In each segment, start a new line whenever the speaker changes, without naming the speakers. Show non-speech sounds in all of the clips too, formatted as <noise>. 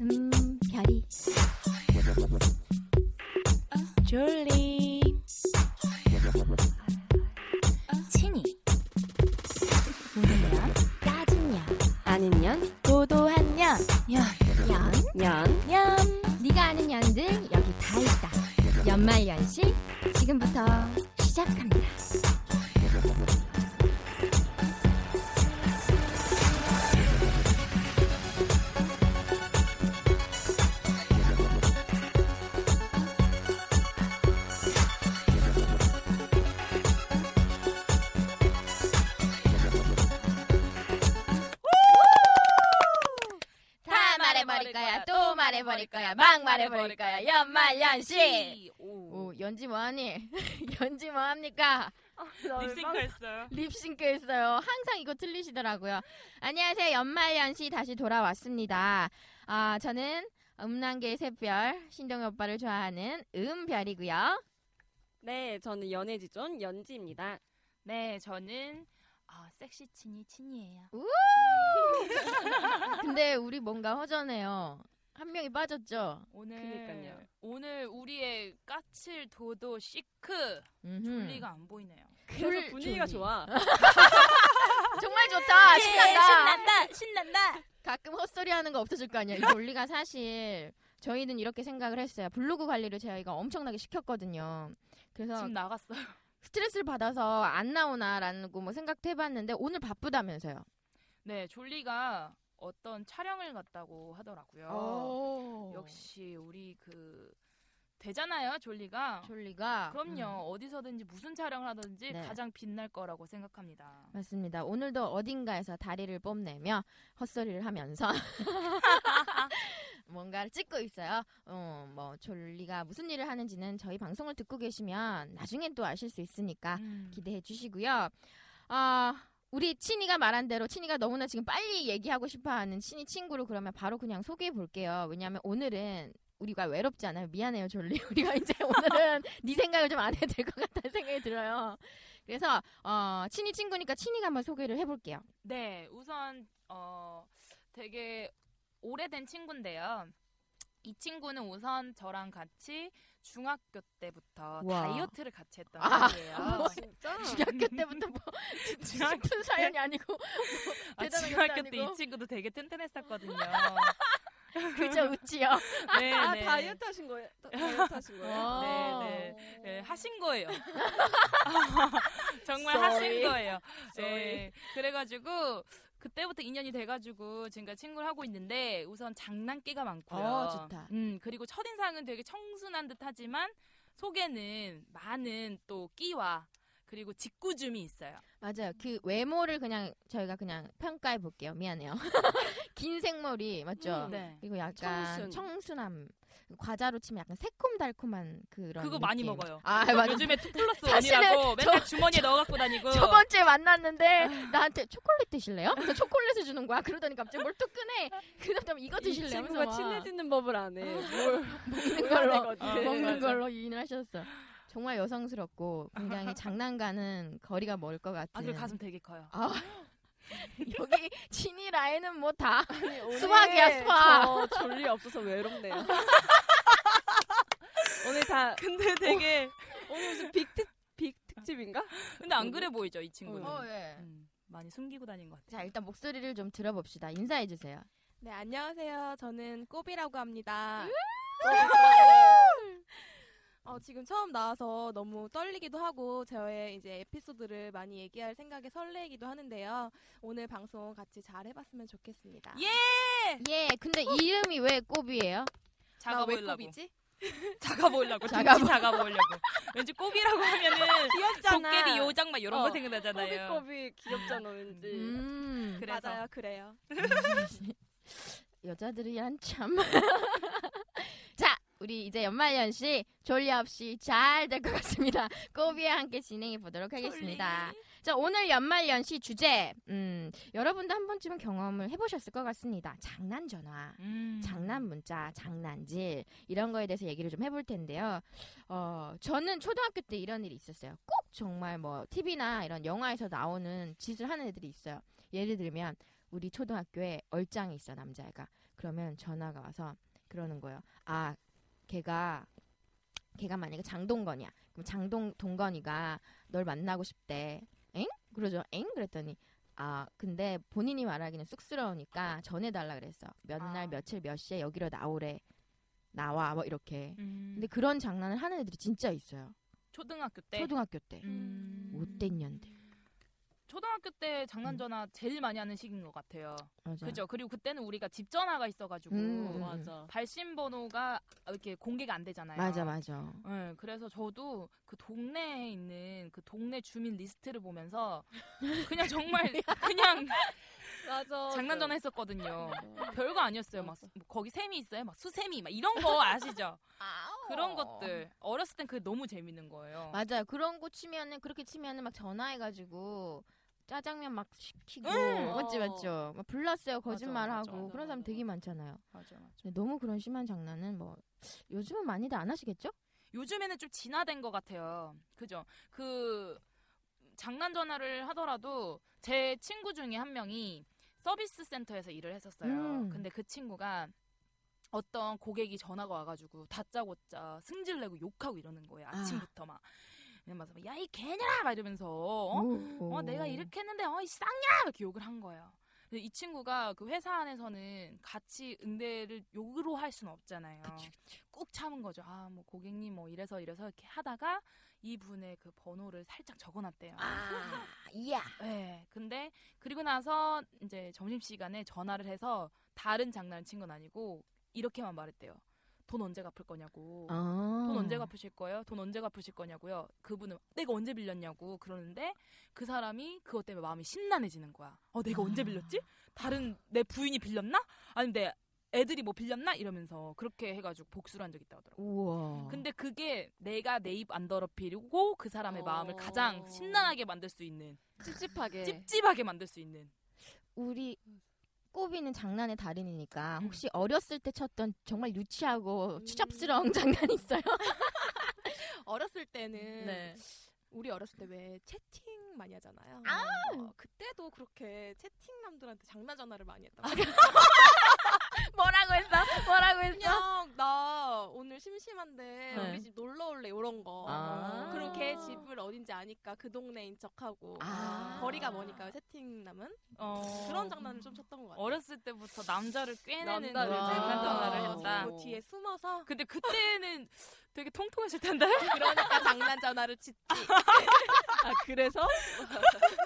음 별이 졸리 친이 따진 년 아는 년 도도한 년연연
연 네가 아는 연들 여기 다 있다 연말 연시 지금부터 시작합니다
다 말해버릴 거야 또 말해버릴 거야 막 말해버릴 거야 연말연시
오 연지 뭐하니 <laughs> 연지 뭐합니까
립싱크 했어요.
립싱크 했어요. 항상 이거 틀리시더라고요. 안녕하세요. 연말연시 다시 돌아왔습니다. 아, 저는 음란계의 샛별, 신동엽 오빠를 좋아하는 음별이고요.
네 저는 연애지존 연지입니다
네, 저는 아, 섹시 친이 친이에요.
근데 우리 뭔가 허전해요. 한 명이 빠졌죠?
오늘
그니까요.
오늘 우리의 까칠 도도 시크
음흠.
졸리가 안 보이네요.
그래서
졸-
분위기가
졸리.
좋아
정말
아,
좋다.
네,
네,
신난다.
신난다.
가끔 헛소리 하는 거 없어질 거 아니야. 이 논리가 사실 저희는 이렇게 생각을 했어요. 블로그 관리를 저희가 엄청나게 시켰거든요. 그래서
지금 나갔어요. <laughs>
스트레스를 받아서 안 나오나라는 뭐 생각도 해봤는데 오늘 바쁘다면서요.
네, 졸리가 어떤 촬영을 갔다고 하더라고요.
어.
역시 우리 그 되잖아요, 졸리가.
졸리가 음.
그럼요. 어디서든지 무슨 촬영을 하든지
네.
가장 빛날 거라고 생각합니다.
음, 맞습니다. 오늘도 어딘가에서 다리를 뽐내며 헛소리를 하면서 <laughs> 뭔가를 찍고 있어요. 어, 뭐 졸리가 무슨 일을 하는지는 저희 방송을 듣고 계시면 나중에 또 아실 수 있으니까
음.
기대해 주시고요. 아, 우리 친이가 말한 대로 친이가 너무나 지금 빨리 얘기하고 싶어하는 친이 친구를 그러면 바로 그냥 소개해 볼게요. 왜냐하면 오늘은 우리가 외롭지 않아요. 미안해요, 졸리. <laughs> 우리가 이제
<laughs>
오늘은 네 생각을 좀 안 해도 될 것 같다는 생각이 들어요. 그래서 어, 친이 친구니까 친이가 한번 소개를 해볼게요.
네, 우선 어 되게 오래된 친구인데요. 이 친구는 우선 저랑 같이 중학교 때부터
와.
다이어트를 같이 했던
아,
친구예요.
아, 진짜 <laughs>
중학교 때부터 뭐
음. <laughs> 중학교
슬픈 사연이 아니고 <laughs>
아,
대단한
중학교
것도
때 이
아니고.
친구도 되게 튼튼했었거든요.
그저 웃지요.
네,
아
네.
다이어트 하신 거예요 다- 다이어트 하신 거예요
네, 네. 네, 하신 거예요. <laughs> 정말 하신
Sorry.
거예요.
Sorry.
네. 그래가지고 그때부터 인연이 돼가지고 지금까지 친구를 하고 있는데 우선 장난기가 많고요.
어, 좋다.
음 그리고 첫인상은 되게 청순한 듯하지만 속에는 많은 또 끼와 그리고 직구줌이 있어요.
맞아요. 그 외모를 그냥 저희가 그냥 평가해 볼게요. 미안해요. <laughs> 긴 생머리 맞죠?
음,
네.
그리고 약간 청순. 함 과자로 치면 약간 새콤달콤한 그런
그거 많이
느낌.
먹어요.
아 맞아.
그러니까 요즘에 투 플러스
사실은
원이라고
저-
맨날 주머니에 넣어갖고 다니고.
저번 주에 만났는데 나한테 초콜릿 드실래요? 그래서 초콜릿을 주는 거야. 그러더니 갑자기 뭘 뚝 끄네. 그다음 이거
이
드실래요?
친구가
하면서 막
친해지는 법을 안해뭘
먹는 걸로 어,
아, 네,
먹는
맞아.
걸로 유인을 하셨어. 정말 여성스럽고
<laughs>
굉장히 장난가는 거리가 멀 것 같은.
아 그리고 가슴 되게 커요.
아, 여기 진이 라인은 뭐다
수박이야
수박이야, 수박.
저 졸리 없어서 외롭네요. <laughs> 오늘 다
근데 되게
오늘 무슨 빅특 빅 특집인가?
근데 안 그래 보이죠 이 친구는.
어, 예.
음, 많이 숨기고 다닌 것 같아요.
자 일단 목소리를 좀 들어봅시다. 인사해 주세요.
네, 안녕하세요. 저는 꼬비라고 합니다. 어, 지금 처음 나와서 너무 떨리기도 하고 저의 이제 에피소드를 많이 얘기할 생각에 설레기도 하는데요. 오늘 방송 같이 잘 해봤으면 좋겠습니다.
예!
예, 근데 이름이 왜 꼬비예요?
작아
나왜
보이려고. <laughs>
꼽이지?
작아 보이려고.
작아
작아 작아 보이려고. 왠지 꼬비라고 하면은
귀엽잖아.
도깨비 요장 막 이런
어,
거 생각나잖아요.
꼬비꼬비 귀엽잖아 왠지.
음,
그래서
맞아요, 그래요.
<laughs> 여자들이 한참. <laughs> 자, 우리 이제 연말연시 졸려 없이 잘 될 것 같습니다. 꼬비와 함께 진행해 보도록 하겠습니다. 자, 오늘 연말연시 주제. 음, 여러분도 한 번쯤은 경험을 해보셨을 것 같습니다. 장난 전화.
음.
장난 문자, 장난질 이런 거에 대해서 얘기를 좀 해볼 텐데요. 어, 저는 초등학교 때 이런 일이 있었어요. 꼭 정말 뭐 TV나 이런 영화에서 나오는 짓을 하는 애들이 있어요. 예를 들면 우리 초등학교에 얼짱이 있어 남자애가. 그러면 전화가 와서 그러는 거예요. 아, 걔가 걔가 만약에 장동건이야. 그럼 장동 동건이가 널 만나고 싶대. 엥? 그러죠. 엥? 그랬더니 아 근데 본인이 말하기는 쑥스러우니까 전해달라 그랬어. 몇 날
아.
며칠 몇 시에 여기로 나오래. 나와 뭐 이렇게.
음.
근데 그런 장난을 하는 애들이 진짜 있어요.
초등학교 때
초등학교 때
네. 음.
못된 년들.
초등학교 때 장난
음.
전화 제일 많이 하는 시기인 것 같아요.
맞아.
그죠? 그리고 그때는 우리가 집 전화가 있어가지고
음, 음,
맞아. 발신 번호가 이렇게 공개가 안 되잖아요.
맞아 맞아.
네, 그래서 저도 그 동네에 있는 그 동네 주민 리스트를 보면서 그냥 정말
<laughs>
그냥
맞아.
장난 전화 했었거든요. 별거 아니었어요. 막 뭐 거기 셈이 있어요. 막 수세미 막 이런 거 아시죠? 그런 것들 어렸을 땐 그게 너무 재밌는
어.
거예요.
맞아요. 그런 거 치면은 그렇게 치면은 막 전화해가지고 짜장면 막 시키고
응! 어.
맞지 맞죠. 막 불났어요 거짓말하고
맞아, 맞아,
그런 사람
맞아.
되게 많잖아요.
맞아, 맞아.
근데 너무 그런 심한 장난은 뭐 요즘은 많이들 안 하시겠죠?
요즘에는 좀 진화된 것 같아요. 그죠? 그 장난 전화를 하더라도 제 친구 중에 한 명이 서비스 센터에서 일을 했었어요.
음.
근데 그 친구가 어떤 고객이 전화가 와가지고 다짜고짜 승질내고 욕하고 이러는 거예요. 아침부터 막. 막 야이 개냐 막 이러면서 어?
오.
어, 내가 이렇게 했는데, 어, 이 쌍냐! 이렇게 욕을 한 거예요. 근데 이 친구가 그 회사 안에서는 같이 응대를 욕으로 할 수는 없잖아요. 꾹 참은 거죠. 아, 뭐 고객님 뭐 이래서 이래서 이렇게 하다가 이분의 그 번호를 살짝 적어놨대요.
아, 이야.
<laughs> 네. 근데 그리고 나서 이제 점심시간에 전화를 해서 다른 장난을 친 건 아니고 이렇게만 말했대요. 돈 언제 갚을 거냐고.
아.
돈 언제 갚으실 거예요? 돈 언제 갚으실 거냐고요? 그분은 내가 언제 빌렸냐고 그러는데 그 사람이 그것 때문에 마음이 심란해지는 거야. 어, 내가 언제
아.
빌렸지? 다른 내 부인이 빌렸나? 아니면 내 애들이 뭐 빌렸나? 이러면서 그렇게 해가지고 복수를 한 적이 있다고 하더라고.
우와.
근데 그게 내가 내 입 안 더럽히고 그 사람의
어.
마음을 가장 심란하게 만들 수 있는,
찝찝하게.
네. 찝찝하게 만들 수 있는.
우리 꼬비는 장난의 달인이니까
음.
혹시 어렸을 때 쳤던 정말 유치하고 추잡스러운 <laughs> 장난이 있어요?
어렸을
네.
때는 우리 어렸을 때 왜 채팅 많이 하잖아요. 어, 그때도 그렇게 채팅 남들한테 장난 전화를 많이 했단 말이야.
아, <laughs> 뭐라고 했어? 뭐라고
그냥 나 오늘 심심한데
네.
우리 집 놀러 올래 이런 거.
아.
그럼 걔 집을 어딘지 아니까 그 동네인 척하고
아.
거리가 머니까 채팅 남은
어,
그런 장난을 좀 쳤던 것 같아요.
어렸을 때부터 남자를 꿰내는
남자를
그런
꿰내는
장난 전화를
거.
했다.
뭐 뒤에 숨어서
근데 그때는 되게 통통하실 텐데.
그러니까 장난 전화를 짓지. 아 그래서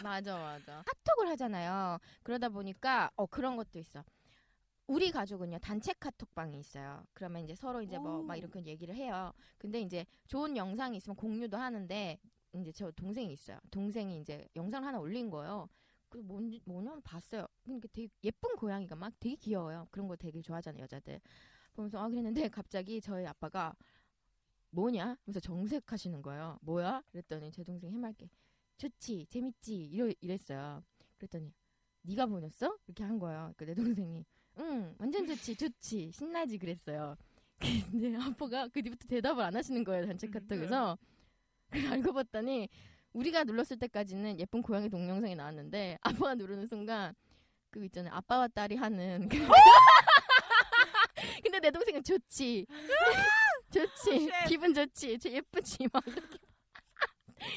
맞아 맞아. 카톡을 하잖아요. 그러다 보니까 어 그런 것도 있어. 우리 가족은요 단체 카톡방이 있어요. 그러면 이제 서로 이제 뭐 막 이렇게 얘기를 해요. 근데 이제 좋은 영상이 있으면 공유도 하는데 이제 저 동생이 있어요. 동생이 이제 영상 을 하나 올린 거예요. 그 뭔지 뭐냐면 봤어요. 그러니까 되게 예쁜 고양이가 막 되게 귀여워요. 그런 거 되게 좋아하잖아요 여자들. 보면서 아 그랬는데 <laughs> 갑자기 저희 아빠가 뭐냐? 그래서 정색하시는 거예요. 뭐야? 그랬더니 제 동생이 해맑게 좋지 재밌지 이러, 이랬어요 그랬더니 네가 보냈어? 이렇게 한 거예요 그내 동생이 응 완전 좋지 좋지 신나지 그랬어요 <laughs> 근데 아빠가 그 뒤부터 대답을 안 하시는 거예요 단체
음,
카톡에서 그래서 알고 봤더니 우리가 눌렀을 때까지는 예쁜 고양이 동영상이 나왔는데 아빠가 누르는 순간 그거 있잖아요 아빠와 딸이 하는 그- <laughs> 근데 내 동생은 좋지 <laughs> 좋지 기분 좋지 저 예쁘지 막 이렇게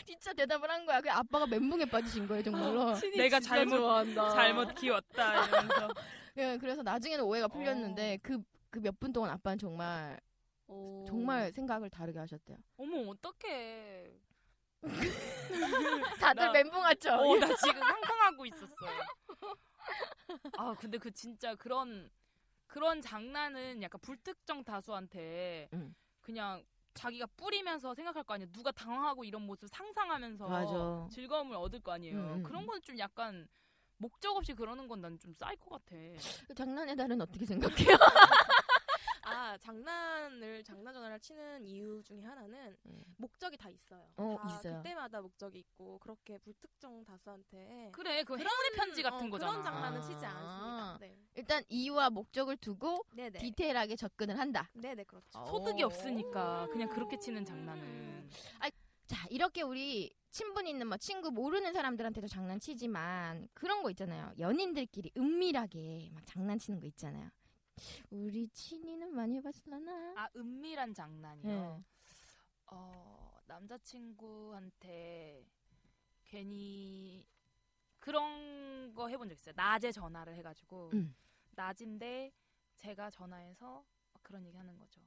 진짜 대답을 한 거야 그 아빠가 멘붕에 빠지신 거예요
아,
정말로
내가 잘못 잘못 키웠다 이러면서 어.
예, 그래서 나중에는 오해가 풀렸는데 그 그 몇 분 동안 아빠는 정말
어.
오.
정말 생각을 다르게
<laughs>
하셨대요.
어머 어떡해.
다들
나-
멘붕 왔죠?
어, 나 지금 상상하고 있었어. 아, 근데 그 진짜 그런 그런 장난은 약간 불특정 다수한테
응.
그냥 자기가 뿌리면서 생각할 거 아니야. 누가 당황하고 이런 모습 상상하면서
맞아.
즐거움을 얻을 거 아니에요.
응, 응,
그런
응.
건 좀 약간 목적 없이 그러는 건 난 좀 사이코 같아.
그 장난의 달은 어떻게
<laughs>
생각해요?
아 장난을 장난 전화를 치는 이유 중에 하나는
음.
목적이 다 있어요.
어,
다
있어요.
그때마다 목적이 있고 그렇게 불특정 다수한테
그래, 그 행운의 편지 같은
어,
거잖아.
그런 장난은
아.
치지 않습니다. 네.
일단 이유와 목적을 두고
네네.
디테일하게 접근을 한다.
네네 그렇죠.
소득이
어.
없으니까 그냥 그렇게 치는 장난은.
자, 이렇게 우리 친분 있는 뭐 친구 모르는 사람들한테도 장난치지만 그런 거 있잖아요. 연인들끼리 은밀하게 막 장난치는 거 있잖아요. 우리 친이는 많이 해봤을라나?
아, 은밀한 장난이요.
네.
어, 남자친구한테 괜히 그런 거 해본 적 있어요. 낮에 전화를 해가지고
음.
낮인데 제가 전화해서 그런 얘기 하는 거죠.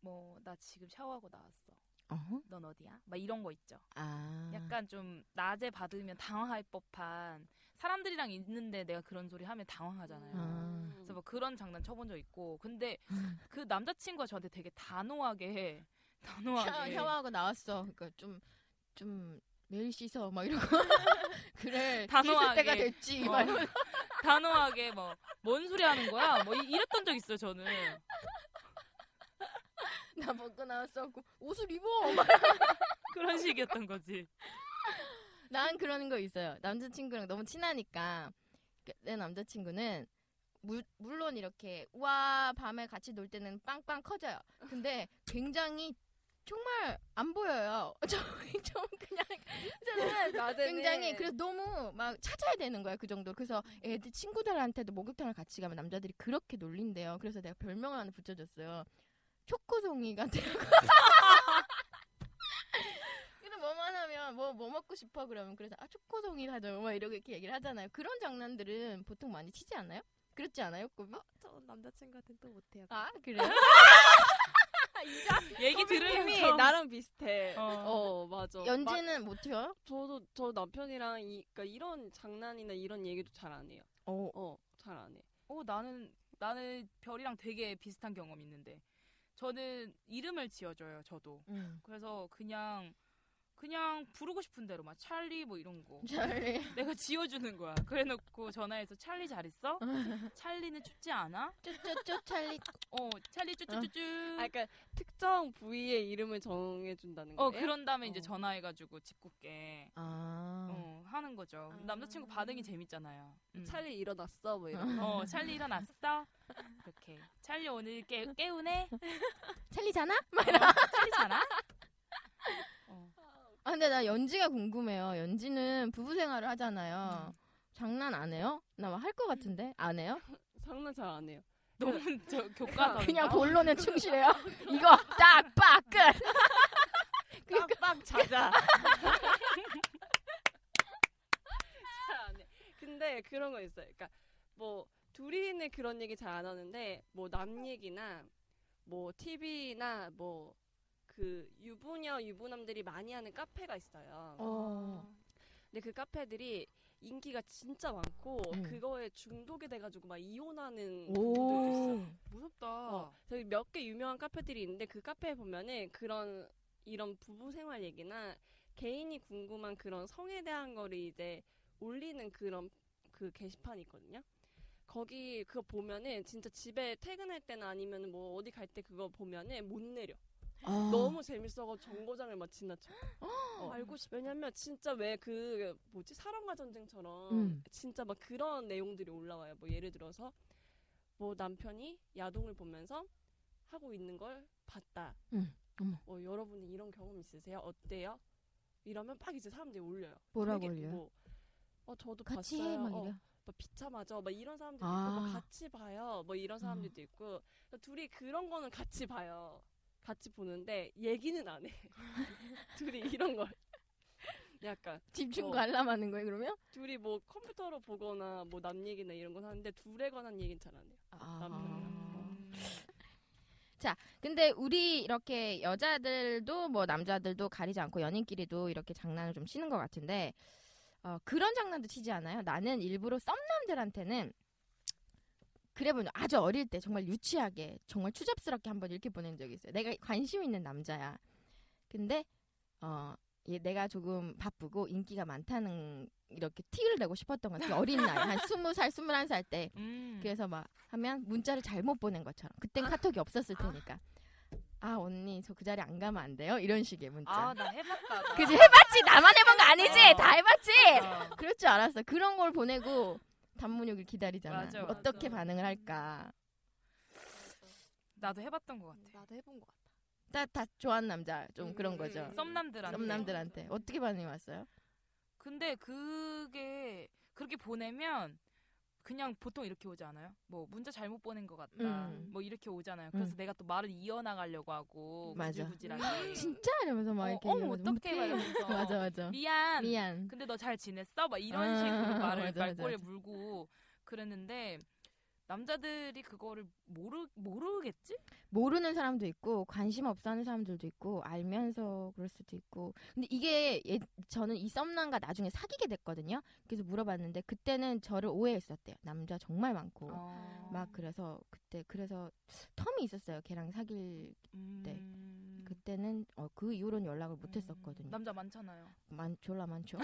뭐 나 지금 샤워하고 나왔어.
어허.
넌 어디야? 막 이런 거 있죠.
아.
약간 좀 낮에 받으면 당황할 법한 사람들이랑 있는데 내가 그런 소리 하면 당황하잖아요.
아.
그래서 뭐 그런 장난 쳐본 적 있고 근데 그 남자친구가 저한테 되게 단호하게 <laughs> 단호하게
샤워, 하고 나왔어. 그러니까 좀, 좀 매일 씻어 막 이러고 <laughs> 그래 씻을
단호하게.
때가 됐지.
어,
막
<laughs> 단호하게 뭐 뭔 소리 하는 거야 뭐 이- 이랬던 적 있어요 저는
나 벗고 나왔어. 옷을 입어. 막
그런 식이었던 거지
난 그러는 거 있어요. 남자친구랑 너무 친하니까 그내 남자친구는 물, 물론 이렇게 우와 밤에 같이 놀 때는 빵빵 커져요. 근데 굉장히 정말 안 보여요. <laughs> 좀, 좀 그냥 저는 굉장히 그래서 너무 막 찾아야 되는 거야 그 정도. 그래서 애들 친구들한테도 목욕탕을 같이 가면 남자들이 그렇게 놀린대요. 그래서 내가 별명을 하나 붙여줬어요. 초코송이가 되고. 근데 뭐만 하면 뭐 뭐 먹고 싶어 그러면 그래서 아 초코송이 하죠 막 이렇게 이렇게 얘기를 하잖아요. 그런 장난들은 보통 많이 치지 않나요? 그렇지 않아요, 꼬비?
저 남자친구한테는 또 못해요.
아 그래? <laughs> 요
얘기
선배님이
들으면서
나랑 비슷해.
어.
어, 맞아. 막
연지는 못해요?
저도 저 남편이랑 이, 그러니까 이런 장난이나 이런 얘기도 잘 안 해요.
어.
어, 잘 안 해.
어 나는 나는 별이랑 되게 비슷한 경험 이 있는데 저는 이름을 지어줘요 저도
음.
그래서 그냥 그냥 부르고 싶은 대로 막 찰리 뭐 이런
<laughs>
거
잘해.
내가 지어주는 거야 그래놓고 전화해서 찰리 잘 있어 찰리는 춥지 않아
쪼쪼쪼 찰리.
어 찰리 쭈쭈쭈쭈
아, 그러니까 특정 부위의 이름을 정해준다는 거예요.
어 그런 다음에 이제
어.
전화해가지고 짓궂게
아.
어, 하는 거죠. 남자친구 반응이 재밌잖아요. 음.
찰리 일어났어 뭐 이런.
어 찰리 일어났어. 이렇게 찰리 오늘 깨, 깨우네.
찰리 자나? <laughs>
어, 찰리 자나? 어.
아 근데 나 연지가 궁금해요. 연지는 부부 생활을 하잖아요. 장난 안 해요? 나 할 것 같은데 안 해요?
장난 잘 안 해요. 그러니까
너무 저
아,
교과서
그냥 본론에 충실해요. 이거 딱빡 끝.
빡빡 자자. 잘 안 해. 근데 그런 거 있어요. 그러니까 뭐 둘이는 그런 얘기 잘 안 하는데 뭐 남 얘기나 뭐 TV나 뭐 그 유부녀 유부남들이 많이 하는 카페가 있어요.
어.
근데 그 카페들이 인기가 진짜 많고
음.
그거에 중독이 돼가지고 막 이혼하는 분들도 있어요.
오.
무섭다.
어, 저기 몇 개 유명한 카페들이 있는데 그 카페에 보면은 그런 이런 부부 생활 얘기나 개인이 궁금한 그런 성에 대한 거를 이제 올리는 그런 그 게시판이 있거든요. 거기 그거 보면은 진짜 집에 퇴근할 때나 아니면 뭐 어디 갈 때 그거 보면은 못 내려.
아.
너무 재밌어서 정거장을 막
<gasps>
지나쳐. 어,
알고 싶.
왜냐면 진짜 왜 그 뭐지 사랑과 전쟁처럼
음.
진짜 막 그런 내용들이 올라와요. 뭐 예를 들어서 뭐 남편이 야동을 보면서 하고 있는 걸 봤다.
음, 어머.
뭐 여러분이 이런 경험 있으세요? 어때요? 이러면 막 이제 사람들이 올려요.
뭐라고
되게
올려요?
뭐, 어 저도
같이
봤어요.
해 막
어,
이래.
뭐 비차 맞아. 막 이런 사람들도 있고
아. 음.
뭐 같이 봐요. 뭐 이런 사람들도 있고 둘이 그런 거는 같이 봐요. 같이 보는데 얘기는 안 해. <laughs> 둘이 이런 걸 약간
집중
어.
관람하는 거예요 그러면?
둘이 뭐 컴퓨터로 보거나 뭐 남 얘기나 이런 건 하는데 둘에 관한 얘기는 잘 안 해요.
아.
남편이랑.
근데 우리 이렇게 여자들도 뭐 남자들도 가리지 않고 연인끼리도 이렇게 장난을 좀 치는 것 같은데 어, 그런 장난도 치지 않아요? 나는 일부러 썸남들한테는 그래본 아주 어릴 때 정말 유치하게 정말 추잡스럽게 한번 이렇게 보낸 적이 있어요. 내가 관심 있는 남자야. 근데 어 얘 내가 조금 바쁘고 인기가 많다는 이렇게 티를 내고 싶었던 것 같아요. 어린 나이 한 스무 살 스물한 살 때.
음.
그래서 막 하면 문자를 잘못 보낸 것처럼 그땐
아.
카톡이 없었을 테니까 아 언니 저 그 자리 안 가면 안 돼요 이런 식의 문자
아, 나 해봤다. 나.
그지 해봤지 나만 해본 거 아니지
어.
다 해봤지
어.
그럴 줄 알았어 그런 걸 보내고 단문욕을 기다리잖아
맞아,
뭐 어떻게
맞아.
반응을 할까
나도 해봤던 것 같아.
나도 해본 것 같아.
다, 다 좋아하는 남자 좀
음,
그런
음,
거죠
음.
썸남들한테.
썸남들한테 어떻게 반응이 왔어요
근데 그게 그렇게 보내면 그냥 보통 이렇게 오지 않아요? 뭐 문자 잘못 보낸 것 같다.
음.
뭐 이렇게 오잖아요. 그래서
음.
내가 또 말을 이어나가려고 하고
맞아. 음,
구질구질하게.
진짜 이러면서 막
음. 어,
이렇게
어머,
이러면서
어떡해,
못해.
막 이러면서.
<laughs> 맞아 맞아
미안.
미안
근데 너 잘 지냈어? 막 이런
아, <laughs>
식으로 말을
맞아, 맞아,
말꼬리에
맞아.
물고 그랬는데 남자들이 그거를 모르 모르겠지?
모르는 사람도 있고 관심 없어 하는 사람들도 있고 알면서 그럴 수도 있고 근데 이게 예- 저는 이 썸남과 나중에 사귀게 됐거든요 그래서 물어봤는데 그때는 저를 오해했었대요 남자 정말 많고
어.
막 그래서 그때 그래서 텀이 있었어요 걔랑 사귈
음.
그때는 어, 그 이후로는 연락을 못 했었거든요
음. 남자 많잖아요.
만 졸라
<laughs>
많죠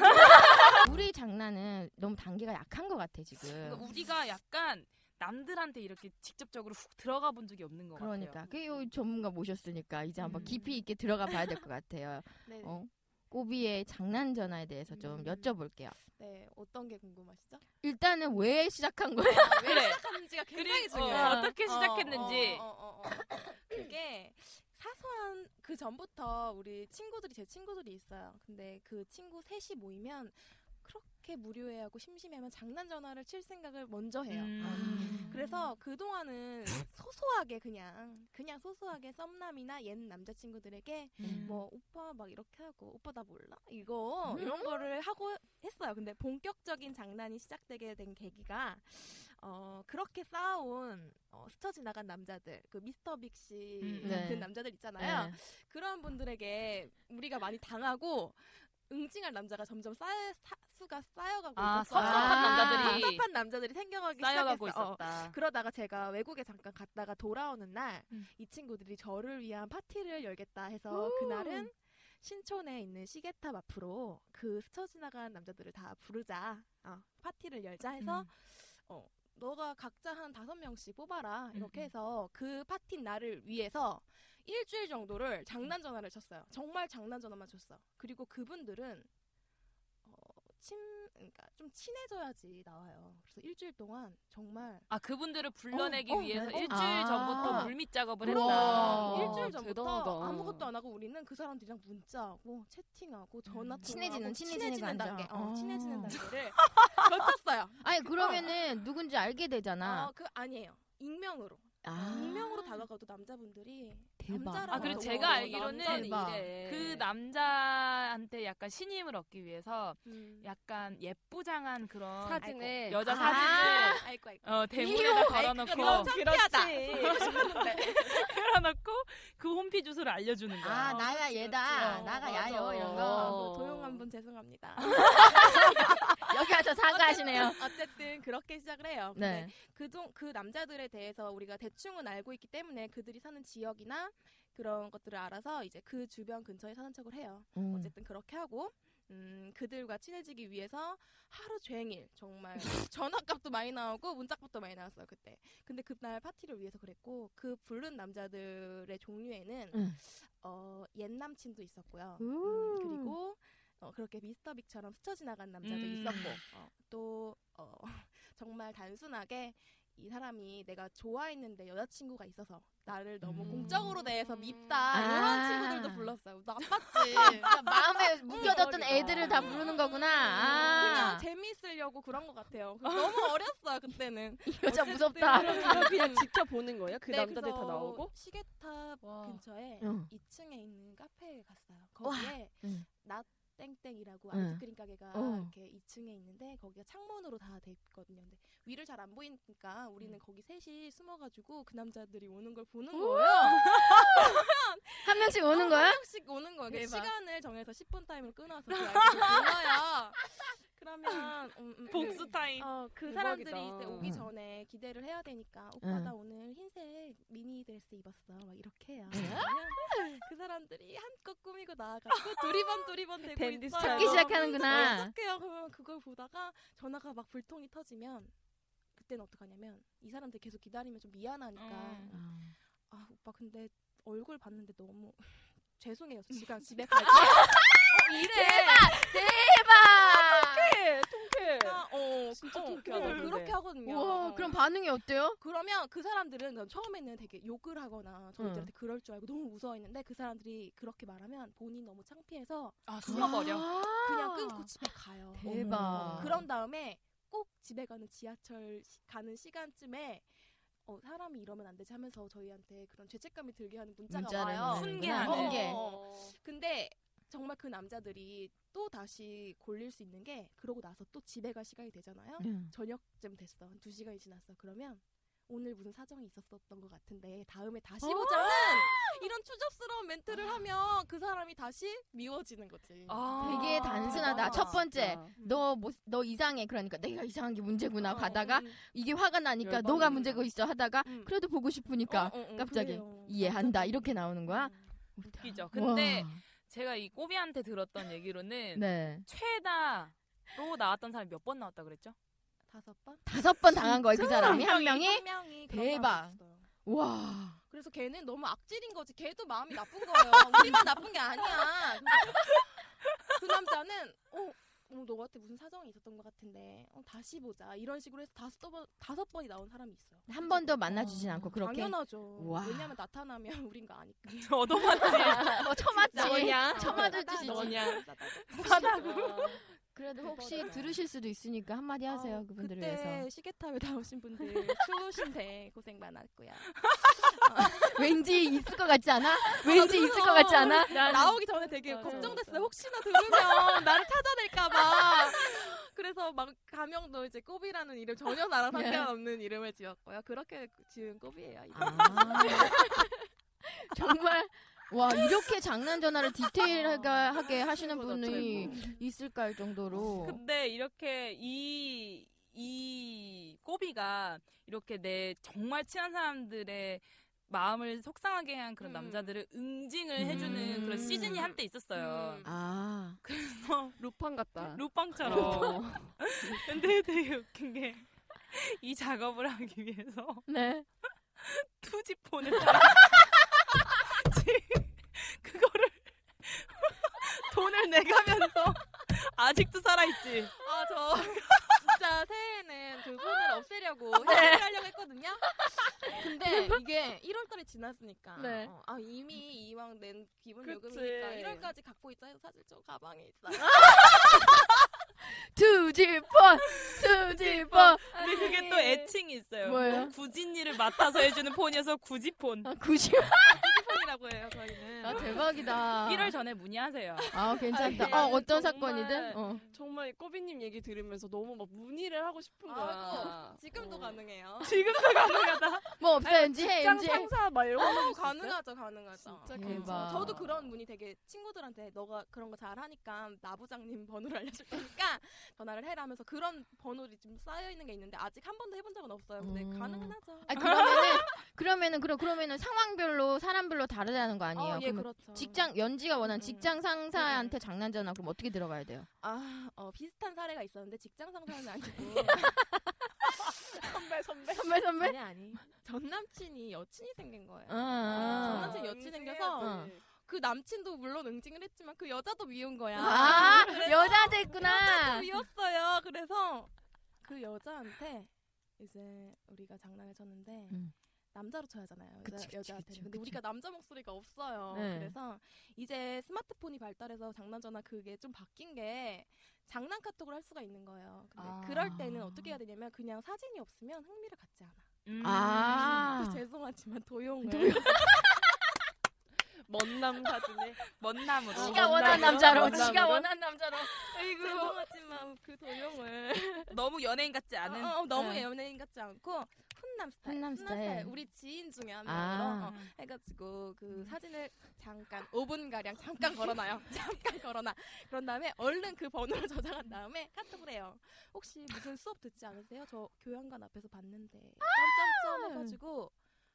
우리 장난은 너무 단계가 약한 것 같아 지금
네.
그러니까 우리가 약간 남들한테 이렇게 직접적으로 훅 들어가 본 적이 없는 것
그러니까
같아요.
그 전문가 모셨으니까 이제 한번
음.
깊이 있게 들어가 봐야 될 것 같아요
네, 네.
어, 꼬비의 장난 전화에 대해서 좀
음.
여쭤볼게요.
네, 어떤 게 궁금하시죠?
일단은 왜 시작한 거예요?
<laughs>
그래.
시작한지가 굉장히
아, 그리고,
중요해요.
어, 어떻게 시작했는지.
어, 어, <coughs> 어, 어, 어. 그게 사소한 그 전부터 우리 친구들이 제 친구들이 있어요. 근데 그 친구 셋이 모이면 그렇게 무료해하고 심심해하면 장난 전화를 칠 생각을 먼저 해요.
음.
네.
그래서 그 동안은 소소하게 그냥 그냥 소소하게 썸남이나 옛 남자친구들에게
음.
뭐 오빠 막 이렇게 하고 오빠 나 몰라 이거 이런 거를 하고 했어요. 근데 본격적인 장난이 시작되게 된 계기가 어 그렇게 쌓아온 어, 스쳐 지나간 남자들 그 미스터 빅씨
음, 네.
네.
같은 남자들 있잖아요. 그러한 분들에게 우리가 많이 당하고 응징할 남자가 점점 쌓여 사- 수가 쌓여가고
아,
있었어요.
섭섭한
아.
남자들이
섭섭한 남자들이 생겨가기
음. 쌓여가고
시작했어. 어.
있었다.
그러다가 제가 외국에 잠깐 갔다가 돌아오는 날 이
아. 음.
친구들이 저를 위한 파티를 열겠다 해서 그날은 신촌에 있는 시계탑 앞으로 그 스쳐 지나간 남자들을 다 부르자 어, 파티를 열자 해서
음.
어, 너가 각자 한 다섯 명씩 뽑아라 이렇게
음.
해서 그 파티 나를 위해서 일주일 정도를 장난 전화를 쳤어요. 정말 장난 전화만 쳤어. 그리고 그분들은 어, 친 그러니까 좀 친해져야지 나와요. 그래서 일주일 동안 정말
아 그분들을 불러내기
어, 어,
위해서
네. 그렇죠. 어.
일주일
아.
전부터 물밑 작업을 했다. 어,
우와.
일주일 전부터
대단하다.
아무것도 안 하고 우리는 그 사람들이랑 문자하고 채팅하고 전화
음.
통화하고
친해지는, 친해지는
단계,
과정.
어,
어.
친해지는
<laughs>
단계를 거쳤어요.
아니 그러면은 누군지 알게 되잖아.
어, 그 아니에요. 익명으로
아,
익명으로 다가가도 남자분들이
대박.
남자라고
아, 그리고
하고
제가 알기로는
어, 남자는
막
네.
이래.
그 남자한테 약간 신임을 얻기 위해서
음.
약간 예쁘장한 그런 네. <laughs>
사진에
여자
아.
사진을
아이고 아이고.
어, 대문에다 걸어놓고
그럼
<laughs>
창피하다.
걸어놓고 그 홈피 주소를 알려주는 거야.
아 나야 얘다.
그렇지.
나가
어,
야요
맞아.
이런
아,
거.
뭐 도용한 분 죄송합니다.
여기 와서 사과하시네요.
어쨌든 그렇게 시작을 해요. 근데
네.
그동 그 남자들에 대해서 우리가 대충은 알고 있기 때문에 그들이 사는 지역이나 그런 것들을 알아서 이제 그 주변 근처에 사는 척을 해요.
음.
어쨌든 그렇게 하고 음, 그들과 친해지기 위해서 하루 종일
<laughs>
정말 전화값도 많이 나오고 문자값도 많이 나왔어요 그때. 근데 그날 파티를 위해서 그랬고 그 부른 남자들의 종류에는
음.
어, 옛 남친도 있었고요.
음.
음, 그리고 어, 그렇게 미스터 빅처럼 스쳐 지나간 남자도
음.
있었고 어, 또 어, <laughs> 정말 단순하게 이 사람이 내가 좋아했는데 여자친구가 있어서 나를 너무
음.
공적으로 대해서 밉다
아.
이런 친구들도 불렀어요.
<laughs>
나빴지.
마음에 묶여뒀던
어리다.
애들을 다 부르는 거구나.
음, 그냥
아,
재미있으려고 그런 것 같아요. 너무
<laughs>
어렸어요 그때는.
이 여자 무섭다.
어쨌든
그걸 그냥 지켜보는 거예요? 그
네,
남자들 다
그래서
나오고?
시계탑
와.
근처에
응.
2층에 있는 카페에 갔어요. 거기에
응.
나 땡땡 땡땡이라고
응.
아이스크림 가게가
어.
이렇게 2층에 있는데 거기가 창문으로 다 돼 있거든요. 근데 위를 잘 안 보이니까 우리는 거기 셋이 숨어가지고 그 남자들이 오는 걸 보는 거예요.
한 명씩 오는 거야?
한 명씩 오는 거예요. 그래서
대박.
시간을 정해서 10분 타임을 끊어서 그 아이들을 불러요. 그러면 음, 음,
복수
음.
타임.
어, 그
대박이다.
사람들이 이제 오기
응.
전에 기대를 해야 되니까 오빠
음. 응.
나 오늘 흰색 미니 드레스 입었어 막 이렇게 해요. 그러면 그 사람들이 한껏 꾸미고 나와가지고 두리번 두리번 되고
댄디
있어요.
스타일.
찾기 시작하는구나.
어떡해요? 그러면 그걸 보다가 전화가 막 불통이 터지면 그때는 어떡하냐면 이 사람들 계속 기다리면 좀 미안하니까
음.
아 오빠 근데 얼굴 봤는데 너무 <laughs> 죄송해요. 저 <laughs> 지금 집에 갈게요.
대박!
네, 통쾌.
아, 어,
진짜
어,
통쾌하다,
그래서
근데.
그렇게 하거든요. 어.
우와, 그럼 반응이 어때요?
그러면 그 사람들은 난 처음에는 되게 욕을 하거나 저희들한테 그럴 줄 알고 너무 무서워했는데 그 사람들이 그렇게 말하면 본인 너무 창피해서
아 숨어버려.
아,
그냥 끊고 집에 가요. 어.
대박.
그런 다음에 꼭 집에 가는 지하철 시- 가는 시간쯤에 어, 사람이 이러면 안 되지 하면서 저희한테 그런 죄책감이 들게 하는 문자가
문자를 어,
와요.
보내는구나.
훈계하는
게.
어.
근데 정말 그 남자들이 또 다시 골릴 수 있는 게 그러고 나서 또 집에 갈 시간이 되잖아요.
응.
저녁쯤 됐어. 한 2시간이 지났어. 그러면 오늘 무슨 사정이 있었던 것 같은데 다음에
아!
다시 보자는 이런 추접스러운 멘트를 하면 그 사람이 다시 미워지는 거지.
아,
되게 단순하다.
아,
첫 번째,
진짜.
너, 뭐, 너 이상해. 그러니까 내가 이상한 게 문제구나.
어,
가다가
음,
이게 화가 나니까
열받는다.
너가 문제가 있어 하다가
음.
그래도 보고 싶으니까
어, 어, 어,
그러니까 갑자기
그래요.
이해한다.
갑자기.
이렇게 나오는 거야?
음.
웃기죠. 근데
와.
제가 이 꼬비한테 들었던 얘기로는
네.
최다로 나왔던 사람이 몇 번 나왔다 그랬죠? <laughs>
다섯 번?
다섯 번 당한 거예요. 그 사람이 한 명이?
한 명이
대박.
대박.
와.
그래서 걔는 너무 악질인 거지. 걔도 마음이 나쁜 거예요. 우리만 나쁜 게 아니야. 그래서 그 남자는 어, 어, 너한테 무슨 사정이 있었던 것 같은데 어, 다시 보자 이런 식으로 해서 다섯 번 다섯 번이 나온 사람이 있어요.
한 번 더 만나주진
어,
않고 뭐 그렇게.
당연하죠.
와.
왜냐면 나타나면 <laughs> 우린 거 아니까.
어, 처맞지.
너냐?
<laughs> 처맞을 짓이지.
너냐? <laughs>
<laughs> 사다고. 아,
그래도 혹시 들으실 수도 있으니까 한마디 하세요. 그분들을
어, 그때
위해서.
시계탑에 나오신 분들 추우신데 고생 많았고요.
왠지 있을 것 같지 않아? 왠지 있을 것 같지 않아?
나오기 전에 되게
맞아,
걱정됐어요.
맞아.
혹시나 들으면 나를 찾아낼까봐. 그래서 막 가명도 이제 꼬비라는 이름 전혀
네.
나랑 상관없는 이름을 지었고요. 그렇게 지은 꼬비예요. 이름.
아. 정말 와 이렇게 장난 전화를 디테일하게
어,
하시는 분이 있을까 할
그
정도로
근데 이렇게 이, 이 꼬비가 이렇게 내 정말 친한 사람들의 마음을 속상하게 한 그런
음.
남자들을 응징을
음.
해주는 그런 시즌이 한때 있었어요.
음.
아
그래서
루팡 같다.
루팡처럼.
어.
근데 되게 웃긴 게. 이 작업을 하기 위해서
네.
투지폰을 따라- 지- 그거를 돈을 내가면서 아직도 살아있지.
아, 저 진짜 새해에는 그 손을 없애려고
네.
해결 하려고 했거든요. 근데 이게 1월달에 지났으니까
네.
어, 아, 이미 이왕 낸 기본
그치.
요금이니까 1월까지 갖고 있자 해서 사실 저 가방에
<laughs>
있어요.
투지폰 투지폰
근데 그게 또 애칭이
네,
있어요.
뭐예요?
구진이를 맡아서 해주는 폰이어서 구지폰.
아, 90.
쿠폰이라고 해요, 저희는.
아 대박이다.
1월 전에 문의하세요.
아 괜찮다. 어 어떤 사건이든 어.
정말 꼬비님 얘기 들으면서 너무 막 문의를 하고 싶은 거야.
아이고, 지금도
어.
가능해요.
지금도 가능하다.
뭐 없어 연지 해
직장
연지.
상사 말고
어, 가능하죠, 가능하죠.
진짜
대박.
괜찮아.
저도 그런 문이 되게 친구들한테 너가 그런 거 잘하니까 나 부장님 번호를 알려줄 테니까 <laughs> 전화를 해라면서 하 그런 번호들이 좀 쌓여 있는 게 있는데 아직 한 번도 해본 적은 없어요. 근데
음.
가능은 하죠.
아 그러면은 그러면은 그럼 그러면은 상황별로 사람별로 다르다는 거 아니에요?
어, 예,
그러면
그렇죠.
직장 연지가 원하는
음. 네.
직장 상사한테 장난 전화 그럼 어떻게 들어가야 돼요?
아, 어, 비슷한 사례가 있었는데 직장
<laughs>
상사는 아니고
<laughs> 선배 선배.
선배 선배.
아니 아니 전 남친이 여친이 생긴 거예요.
아.
아. 남친 여친 생겨서 그 남친도 물론 응징을 했지만 그 여자도 미운 거야.
아, 여자 됐구나.
미웠어요. 그래서 그 여자한테 이제 우리가 장난을 쳤는데
음.
남자로 쳐야 하잖아요.
그치,
여자,
그치,
여자한테.
그치,
근데
그치.
우리가 남자 목소리가 없어요.
네.
그래서 이제 스마트폰이 발달해서 장난 전화 그게 좀 바뀐 게 장난 카톡을 할 수가 있는 거예요. 근데
아.
그럴 때는 어떻게 해야 되냐면 그냥 사진이 없으면 흥미를 갖지 않아.
음.
<laughs>
아. <laughs>
또 죄송하지만 도용을
도용.
먼남 사진에
먼남으로.
지가 원한 남자로
원남으로?
지가 원한 남자로
<laughs> 죄송하지만 그 도형을
너무 연예인 같지 않은.
어, 어, 너무
응.
연예인 같지 않고 훈남 스타일.
네. 훈남 스타일.
우리 지인 중에 한
아.
명으로 어, 해가지고
음.
그 사진을 잠깐 5분 가량 잠깐 걸어놔요. <laughs> 잠깐 걸어놔. 그런 다음에 얼른 그 번호를 <laughs> 저장한 다음에 카톡을 해요. 혹시 무슨 수업 듣지 않으세요? 저 교양관 앞에서 봤는데 점점점
아!
해가지고.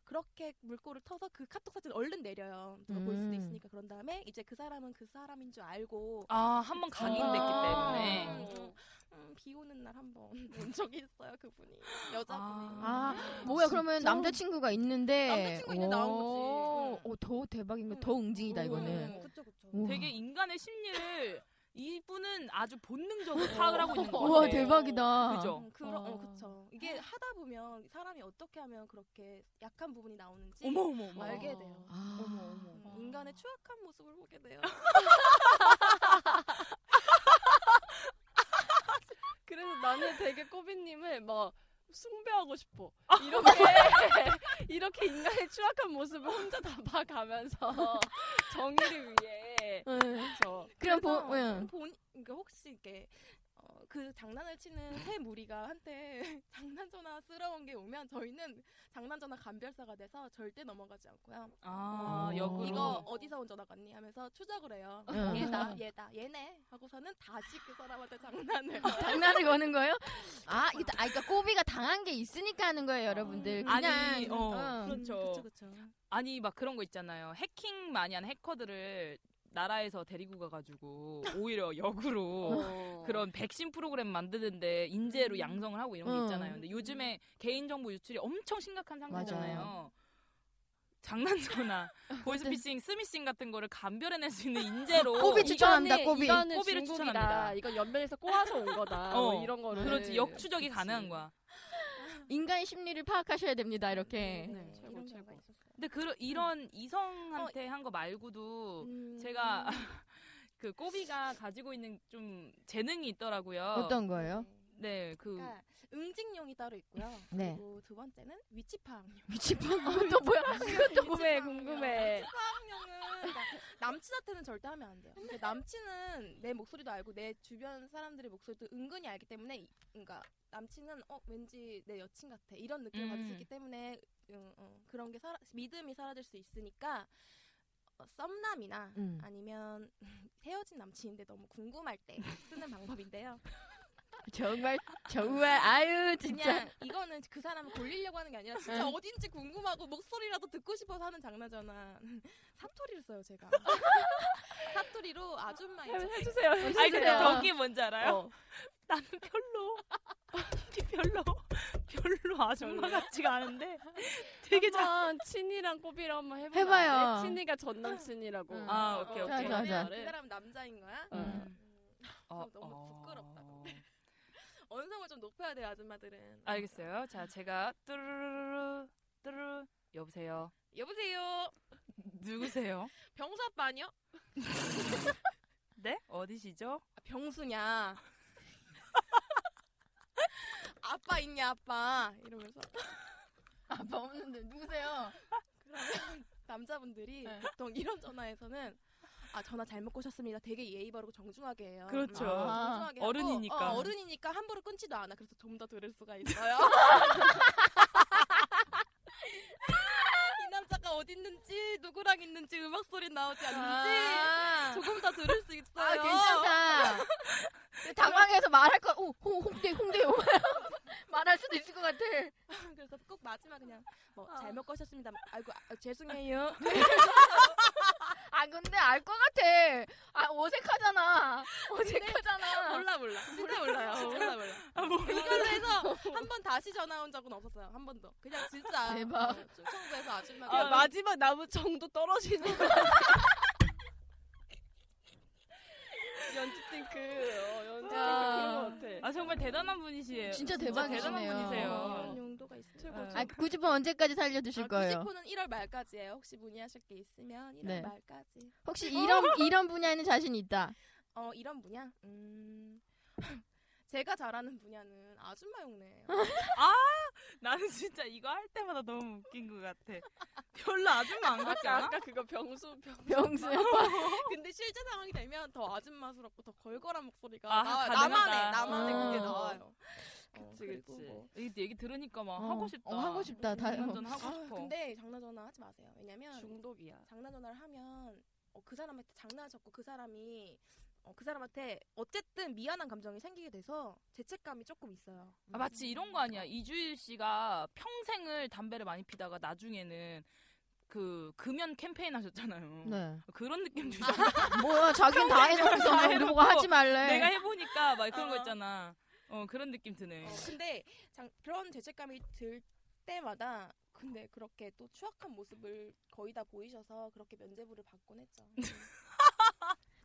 그렇게 물꼬를 터서 그 카톡 사진 얼른 내려요. 누가 볼 수도
음.
있으니까 그런 다음에 이제 그 사람은 그 사람인 줄 알고
아, 한 번 각인됐기
아.
때문에.
음, 음, 비 오는 날 한 번 <laughs> 본 적이 있어요 그분이 여자분이
아, 뭐야 그러면 남자친구가 있는데
남자친구가 있는데 나온 거지.
오, 어, 더 대박인 거더 응징이다 이거는.
음, 그쵸 그쵸
우와.
되게 인간의 심리를 이분은 아주
<laughs>
본능적으로 파악을 하고 있는 것 같아요.
우와 대박이다.
그죠? 아.
음, 그러, 어,
어.
그쵸 이게 하다 보면 사람이 어떻게 하면 그렇게 약한 부분이 나오는지
어머 어머 어머.
알게 돼요
아.
음, 인간의 추악한 모습을 보게
<laughs>
돼요
그래서 나는 되게 꼬비님을 막 숭배하고 싶어. 이렇게 <laughs> 이렇게 인간의 추악한 모습을 혼자 다 봐가면서 정의를 위해 그렇죠.
그럼
그래서
보,
예.
응.
본 그러니까 혹시 이게 어, 그 장난을 치는 새 무리가 한때 <laughs> 장난 전화스러운 게 오면 저희는 장난 전화 감별사가 돼서 절대 넘어가지 않고요.
아
어.
역으로. 음.
이거 어디서 온 전화가 니 하면서 추적을 해요.
응. <laughs>
얘다, 얘다, 얘네 하고서는 다시 그 사람한테
<laughs>
장난을.
장난을 거는 거예요? 아, 이게 다- 아, 그러니까 꼬비가 당한 게 있으니까 하는 거예요, 여러분들. 그냥
아니, 어,
어.
그렇죠.
음, 그쵸, 그쵸.
아니 막 그런 거 있잖아요. 해킹 많이 한 해커들을 나라에서 데리고 가가지고
<laughs>
오히려 역으로 그런 백신 프로그램 만드는데 인재로 양성을 하고 이런
어.
게 있잖아요. 근데 요즘에 개인정보 유출이 엄청 심각한 상태잖아요. 장난
<laughs>
전화, 보이스피싱, 스미싱 같은 거를 감별해낼 수 있는 인재로
꼬비 추- 추천합니다,
이거는-
꼬비.
이거는
꼬비를
중국이다.
추천합니다.
이건 연변에서 꼬아서 온 거다.
어,
뭐 이런 거를.
네.
그렇지 역추적이
그치.
가능한 거야.
인간의 심리를 파악하셔야 됩니다, 이렇게.
네, 최고,
이런
최고.
경우가 있었어요.
근데 그 이런 이성한테 한 거 말고도
음.
제가 그 꼬비가 가지고 있는 좀 재능이 있더라고요.
어떤 거예요?
네.
네, 그
그러니까 응징용이 따로 있고요.
네.
그리고 두 번째는 위치파악용.
위치판 그것도
<laughs>
뭐야?
아,
<laughs>
그것도 궁금해, 궁금해.
위치파악용은 남친한테는 절대 하면 안 돼요. 근데 남친은 내 목소리도 알고 내 주변 사람들의 목소리도 은근히 알기 때문에 이- 그러니까 남친은 어 왠지 내 여친 같아 이런 느낌을 받을 수
음.
있기 때문에 음, 음, 그런 게 사라, 믿음이 사라질 수 있으니까 어, 썸남이나
음.
아니면 <laughs> 헤어진 남친인데 너무 궁금할 때 쓰는 방법인데요.
정말 정말 아유 진짜.
그냥 이거는 그 사람을 골리려고 하는 게 아니라 진짜 어딘지 궁금하고 목소리라도 듣고 싶어서 하는 장난잖아. <laughs> 사투리를 써요 제가. 사투리로 아줌마의 저-
해주세요.
아니 근데
해주세요.
저게 뭔지 알아요?
어.
<laughs> 나는 별로 <laughs> 별로 별로 아줌마 같지가 않은데 되게 잘
한번 친이랑 꼬비랑 한번 해보면
해봐요.
안 돼? 친이가 전 남친이라고.
응.
아, 오케이,
어,
오케이.
좋아, 좋아.
그 사람 남자인 거야?
네.
음.
어.
어,
너무 부끄럽다. 언성을 좀 높여야 돼요 아줌마들은.
알겠어요. 자, 제가 뚜루루루 뚜루 여보세요.
여보세요.
누구세요?
병수 아빠 아니요?
네? 어디시죠?
아, 병수냐? <laughs> 아빠 있냐 아빠 이러면서
아빠 없는데 누구세요?
그러면 <laughs> 남자분들이
네.
보통 이런 전화에서는 아 전화 잘못 꼬셨습니다. 되게 예의 바르고 정중하게 해요.
그렇죠.
아, 정중하게 하고,
어른이니까.
어, 어른이니까 함부로 끊지도 않아. 그래서 좀 더 들을 수가 있어요. <laughs> 이 남자가 어디 있는지 누구랑 있는지 음악 소리 나오지 않는지
아,
조금 더 들을 수 있어요.
아 괜찮다. <laughs> 당황해서 말할 거. 오 홍- 홍대 홍대 <laughs> 요 말할 수도 있을 것 같아.
그래서 꼭 마지막 그냥 뭐 잘못 꼬셨습니다. 아이고 아, 죄송해요.
아 근데 알 것 같아. 아 어색하잖아. 어색하잖아.
몰라 몰라. 진짜 몰라요. <laughs> 몰라 몰라.
아, 몰라.
이걸로 해서 한 번 다시 전화 온 적은 없었어요. 한 번도. 그냥 진짜
아, 대박.
어, 충청도에서 아줌마가
야, 마지막 나무 정도 떨어지는 연주 탱크 어, 연주
야.
탱크 그런 것 같아.
아, 정말 대단한 분이시에요.
진짜
대단한
대박이시네요.
분이세요.
이런 용도가 있어요.
아, 구지폰 언제까지
아,
살려두실 거예요?
90호는 1월 말까지예요. 혹시 문의하실 게 있으면 1월
네.
말까지.
혹시 이런 이런 분야에는 자신 있다.
어 이런 분야. 음 <laughs> 제가 잘하는 분야는 아줌마 용례예요.
나는 진짜 이거 할 때마다 너무 웃긴 것 같아. 별로 아줌마 안 같지
아까
않아?
아까 그거 병수 병수
명수
근데 실제 상황이 되면 더 아줌마스럽고 더 걸걸한 목소리가
아,
나,
가능하다. 어,
나만의 나만의
어.
그게 나와요.
그치,
그리고
그치.
뭐-
이 얘기 들으니까 막
어,
하고 싶다.
어, 하고 싶다. 다
장난전
아,
하고 싶어.
근데 장난 전화 하지 마세요. 왜냐면
중독이야.
장난 전화를 하면 어, 그 사람한테 장난하셨고 그 사람이 어, 그 사람한테 어쨌든 미안한 감정이 생기게 돼서 죄책감이 조금 있어요. 음. 어,
아, 마치 이런 거 아니야. 이주일 씨가 평생을 담배를 많이 피다가 나중에는 그 금연 캠페인 하셨잖아요.
네.
그런 느낌 주잖아.
뭐야 자기는 다 해놓고서
다
우리
해놓고
보고 하지 말래.
내가 해보니까 막 그런 거
어.
있잖아. 어 그런 느낌 드네.
어, 근데 장- 그런 죄책감이 들 때마다 근데 그렇게 또 추악한 모습을 거의 다 보이셔서 그렇게 면제부를 받곤
<laughs>
했죠.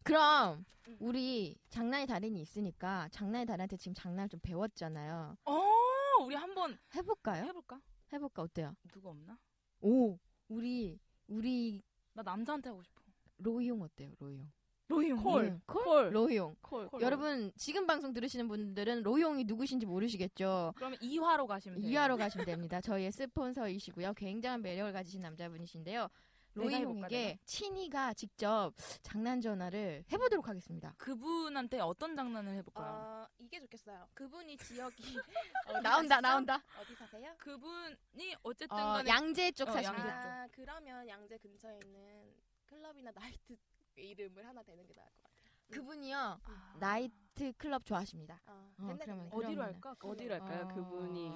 그럼
음.
우리 장난의 달인이 있으니까 장난의 달인한테 지금 장난을 좀 배웠잖아요.
어 우리 한번
해볼까요?
해볼까?
해볼까 어때요?
누구 없나?
오 우리 우리
나 남자한테 하고 싶어.
로이용 어때요? 로이용.
로이용.
음, 콜. 로이용.
콜.
여러분 지금 방송 들으시는 분들은 로이용이 누구신지 모르시겠죠.
그러면 2화로 가시면 돼요.
이하로 가시면 됩니다. 저희의 스폰서이시고요. 굉장한 매력을 가지신 남자분이신데요.
내가 해볼까,
로이용에게
네, 내가?
친이가 직접 장난 전화를 해보도록 하겠습니다.
그분한테 어떤 장난을 해볼까요?
아 이게 좋겠어요.
<laughs>
그분이 지역이 어디
나온다
사시죠?
나온다.
어디 사세요?
그분이 어쨌든
어,
간에
양재 쪽
어,
사시는
양재.
분.
아 그러면 양재 근처에 있는 클럽이나 나이트 <laughs> 이름을 하나 대는 게 나을 것 같아요. 음.
그분이요
아.
나이트 클럽 좋아하십니다.
아,
어,
옛날에
그러면
옛날에.
어디로
그러면은.
할까?
어디로 할까요? 아. 그분이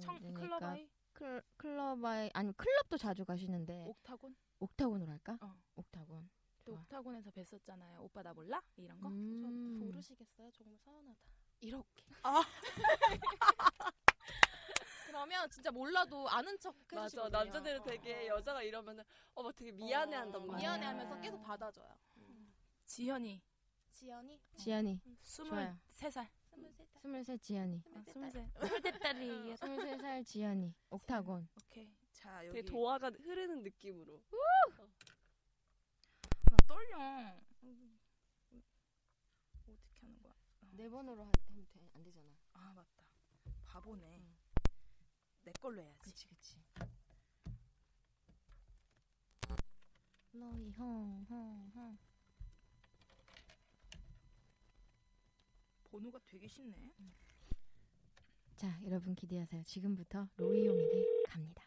청
그러니까
클럽 아이
클- 클럽 아이 아니 클럽도 자주 가시는데
옥타곤
옥타곤으로 할까?
어.
옥타곤.
또
좋아.
옥타곤에서 뵀었잖아요. 오빠 나 몰라? 이런 거.
음.
좀 모르시겠어요? 정말 서운하다. 이렇게. <laughs> 그러면 진짜 몰라도 아는 척 해주시거든요.
맞아 남자들은 되게
어.
여자가 이러면은 어막 되게 미안해한단
어,
말이야.
미안해하면서 계속 받아줘요.
지현이
지연이
지안이
스물 세 살. 아,
스물세 살.
스물셋 지안이
스물 세. 스물 세 딸이.
스물세 살 지안이 옥타곤.
오케이. 자
되게
여기
도화가 흐르는 느낌으로.
나 떨려. 어떻게 하는 거야?
네 번으로 하면 안 되잖아.
아 맞다. 바보네. 내 걸로 해야지.
음. 그치 그치. 너희 형형형
번호가 되게 쉽네.
자, 여러분 기대하세요. 지금부터 로이용에게 갑니다.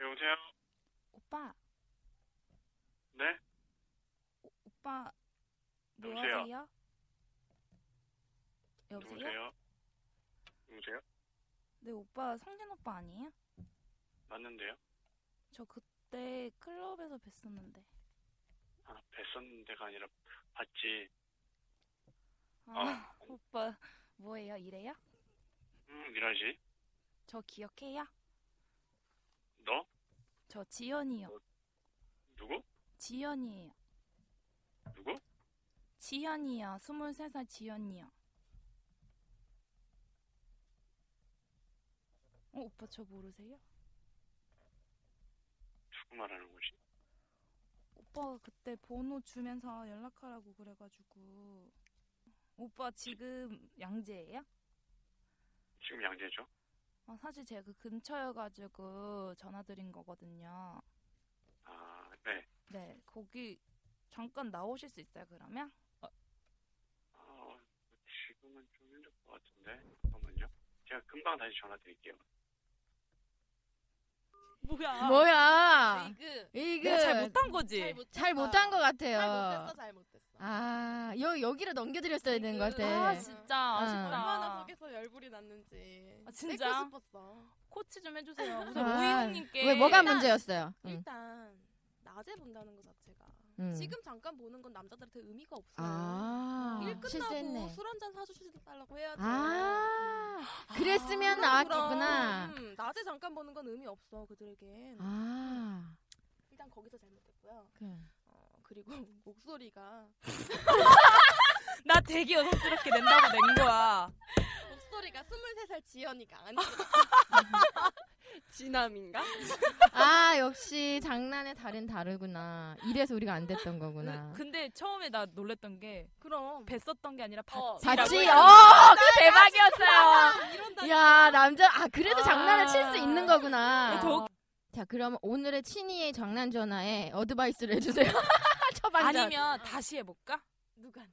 여보세요?
오빠.
네?
오, 오빠 뭐
여보세요?
하세요? 여보세요?
누구세요? 누구세요?
네 오빠 성진 오빠 아니에요?
맞는데요?
저 그때 클럽에서 뵀었는데.
아, 뵀었는데가 아니라 봤지. 아.
아, <laughs> 오빠 뭐예요? 이래요?
음, 이러지.
저 기억해요?
너?
저 지연이요.
누구?
지연이에요.
누구?
지연이요. 23살 지연이요. 어, 오빠 저 모르세요?
누구 말하는 거지?
오빠가 그때 번호 주면서 연락하라고 그래가지고 오빠 지금 양재예요?
지금 양재죠?
아, 사실 제가 그 근처여가지고 전화드린 거거든요.
아, 네.
네, 거기 잠깐 나오실 수 있어요, 그러면?
아, 지금은 좀 힘들 것 같은데. 잠깐만요. 제가 금방 다시 전화 드릴게요.
뭐야?
뭐야?
이그
이거
내가 예. 잘 못한 거지?
잘 못했어.
아. 잘 못한 것 같아요.
잘 못했어. 잘 못했어.
아, 여 여기로 넘겨드렸어야 되는 것 같아.
아,
네.
진짜 아쉽다.
얼마나 속에서 열불이 났는지.
아, 진짜?
고 싶었어.
코치 좀
<laughs>
해주세요. 우선
아,
오이형님께
왜 뭐가
일단-
문제였어요? 응.
일단 낮에 본다는 것 자체가
음.
지금 잠깐 보는 건 남자들한테 의미가 없어요.
아,
일 끝나고
실수했네.
술 한 잔 사주시달라고 해야죠.
아, 그랬으면 아,
그럼,
나왔겠구나.
그럼. 음, 낮에 잠깐 보는 건 의미 없어 그들에겐.
아,
일단 거기서 잘못했고요.
그래.
어, 그리고 <laughs> 목소리가
나 되게 여성스럽게 낸다고 낸 거야.
목소리가 23살 지연이가 아니고
지남인가?
아 역시 장난의 달인 다르구나. 이래서 우리가 안 됐던 거구나.
근데 처음에 나 놀랬던 게
그럼
뱄었던 게 아니라
어,
봤지라고
봤지?
해서
어, 그 대박이었어요.
이런다.
야 남자 아 그래서
아.
장난을 칠 수 있는 거구나.
어, 더-
자 그럼 오늘의 친이의 장난 전화에 어드바이스를 해주세요. <laughs> 처방전.
아니면 다시 해볼까?
누구한테?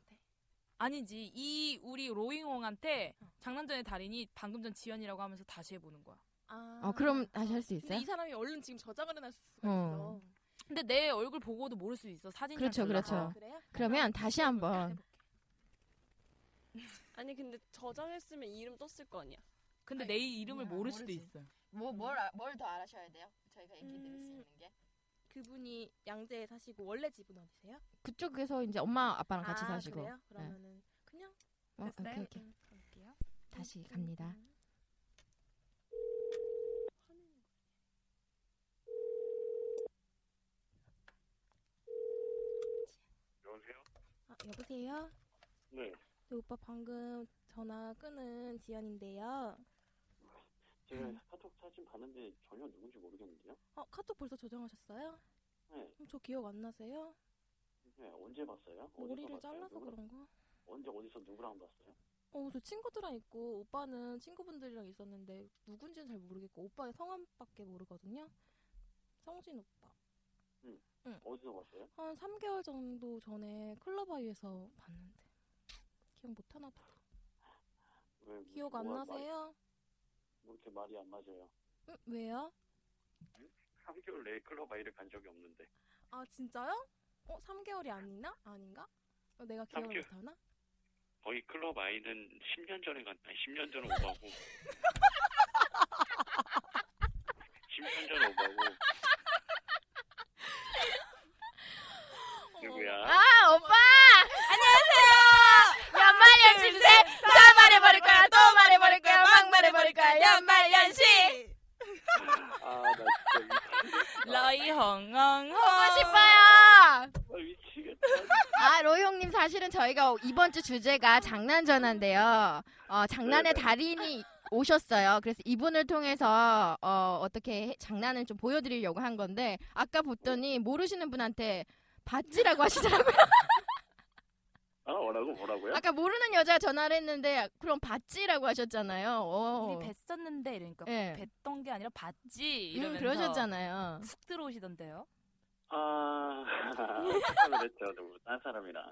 아니지 이 우리 로잉홍한테 장난전의 달인이 방금 전 지연이라고 하면서 다시 해보는 거야.
아.
어 그럼 다시 할 수
근데
있어요?
이 사람이 얼른 지금 저장을 해놨을 수가
어.
있어.
근데 내 얼굴 보고도 모를 수 있어 사진
그렇죠, 그렇죠.
아, 그래요?
그러면 다시 한번
아니 근데 저장했으면 이름 떴을 거 아니야.
근데 내 이름을
몰라,
모를
모르지.
수도 있어.
뭐뭘뭘더 알아셔야 돼요? 저희가 얘기 드릴 수 있는 게
음,
그분이 양재에 사시고 원래 집은 어디세요?
그쪽에서 이제 엄마 아빠랑 같이
아,
사시고. 네.
그래요? 그러면은 그냥
어, 오케이 오케이.
음, 갈게요. 음,
다시 갑니다.
음.
여보세요?
아, 여보세요?
네.
네, 오빠 방금 전화 끊은 지연인데요.
제가
음.
카톡 사진 봤는데 전혀 누군지 모르겠는데요?
어, 카톡 벌써 저장하셨어요?
네.
그럼 저 기억 안 나세요?
네, 언제 봤어요? 어디서
머리를
봤어요?
잘라서
누구랑-
그런가?
언제 어디서 누구랑 봤어요?
어, 저 친구들이랑 있고 오빠는 친구분들이랑 있었는데 누군지는 잘 모르겠고 오빠의 성함밖에 모르거든요. 성진 오빠.
어디서 봤어요?
한 3개월 정도 전에 클럽아이에서 봤는데 기억 못 하나 보다.
왜 이렇게
기억 안
뭐가 말이-
나세요?
뭐 이렇게 말이 안 맞아요?
응, 왜요?
3개월 내에 클럽 아이를 간 적이 없는데
아, 진짜요? 어, 3개월이 아니나? 아닌가? 어, 내가 기억을
3개월.
못 하나?
거의 클럽 아이는 10년 전에 간 아니 10년 전에
<laughs>
오바고 10년 전에 오바고 누구야?
아 오빠 안녕하세요. 연말 연시 주세요. 다 말해버릴 거야. 또 말해버릴 거야. 막 말해버릴 거야. 연말 연시.
아 나 진짜
러이 헝헝헝
보고 싶어요.
미- 아, 미치겠다
어. 아, 로이 형님 사실은 저희가 이번 주 주제가 장난 전화인데요. 어, 장난의 달인이 오셨어요. 그래서 이분을 통해서 어, 어떻게 해- 장난을 좀 보여드리려고 한 건데 아까 봤더니 모르시는 분한테 봤지라고 하시더라고요.
아 뭐라고 뭐라고요?
아까 모르는 여자 전화를 했는데 그럼 봤지라고 하셨잖아요. 어.
우리 뵀었는데 이러니까
예.
뵀던 게 아니라 봤지
음,
이러면서
그러셨잖아요.
훅 들어오시던데요.
아 <laughs> 착각을 했죠 누구 딴 사람이랑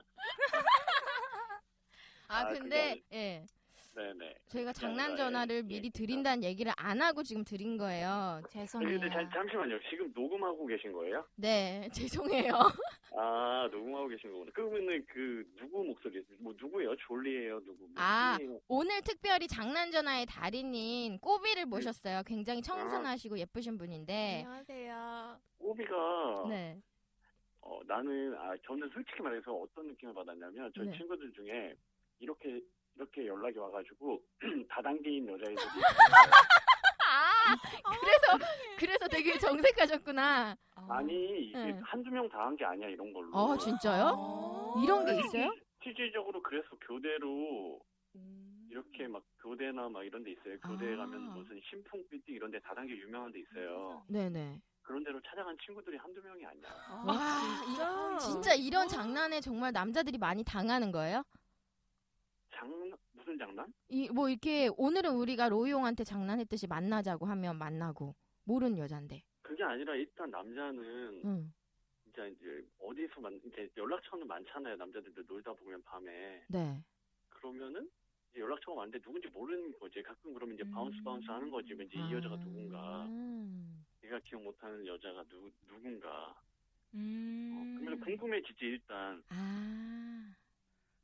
아
아,
근데
그게
예.
네네
저희가
그게 아니라,
장난 전화를
예,
미리
예.
드린다는 얘기를 안 하고 지금 드린 거예요.
아니,
죄송해요.
근데 잠- 잠시만요 지금 녹음하고 계신 거예요?
네, <laughs> 죄송해요.
아 녹음하고 계신 거구나. 그러면은 그 누구 목소리? 뭐 누구예요? 졸리예요? 누구? 뭐
아.
찐이에요?
오늘 특별히 장난 전화의 달인인 꼬비를 모셨어요. 굉장히 청순하시고 예쁘신
네.
분인데.
안녕하세요.
꼬비가
네.
어, 나는 아 저는 솔직히 말해서 어떤 느낌을 받았냐면 저희
네.
친구들 중에 이렇게 이렇게 연락이 와가지고 <clears throat> 다단계인
<laughs>
여자애들이
아, <laughs> 그래서 그래서 되게 정색하셨구나.
아니 이게
네.
한두 명 다 한 게 아니야 이런 걸로.
어, 진짜요? 이런 게 있어요?
실질적으로 그래서 교대로 이렇게 막 교대나 막 이런 데 있어요. 교대에
아.
가면 무슨 신풍 빌딩 이런 데 다단계 유명한 데 있어요.
네, 네.
그런 데로 찾아간 친구들이 한두 명이 아니야.
와,
진짜?
이- 진짜 이런 장난에 정말 남자들이 많이 당하는 거예요?
장난 무슨 장난?
이 뭐 이렇게 오늘은 우리가 로이용한테 장난했듯이 만나자고 하면 만나고 모르는 여잔데.
그게 아니라 일단 남자는
응.
진짜 이제 어디서 만 이제 연락처는 많잖아요. 남자들도 놀다 보면 밤에
네.
그러면은 이제 연락처가 많은데 누군지 모르는 거지. 가끔 그러면 이제 바운스
음. 아.
바운스 하는 거지. 왠지 이 여자가 누군가,
음.
내가 기억 못하는 여자가 누 누군가. 어,
음.
그러면 궁금해지지 일단
아.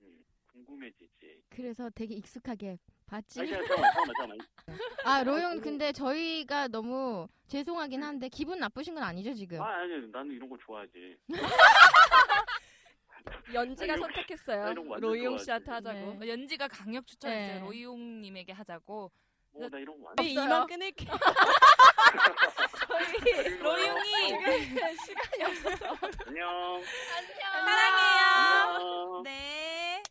음, 궁금해지지.
그래서 되게 익숙하게 봤지.
아, 그냥 잠깐만, 잠깐만,
<laughs>
잠깐만.
아, 로용 근데 저희가 너무 죄송하긴 한데 기분 나쁘신 건 아니죠,
네.
지금?
네. 아, 아니, 나는 이런 거 좋아하지.
연지가
아니,
선택했어요.
이런 거 완전
로이용
좋아하지.
씨한테 하자고.
네.
연지가 강력 추천했어요.
네.
로이용님에게 하자고. 네.
어, 나 이런 거
우리
완전.
이만 끊을게.
로이용이
안녕.
사랑해요.
안녕.
네.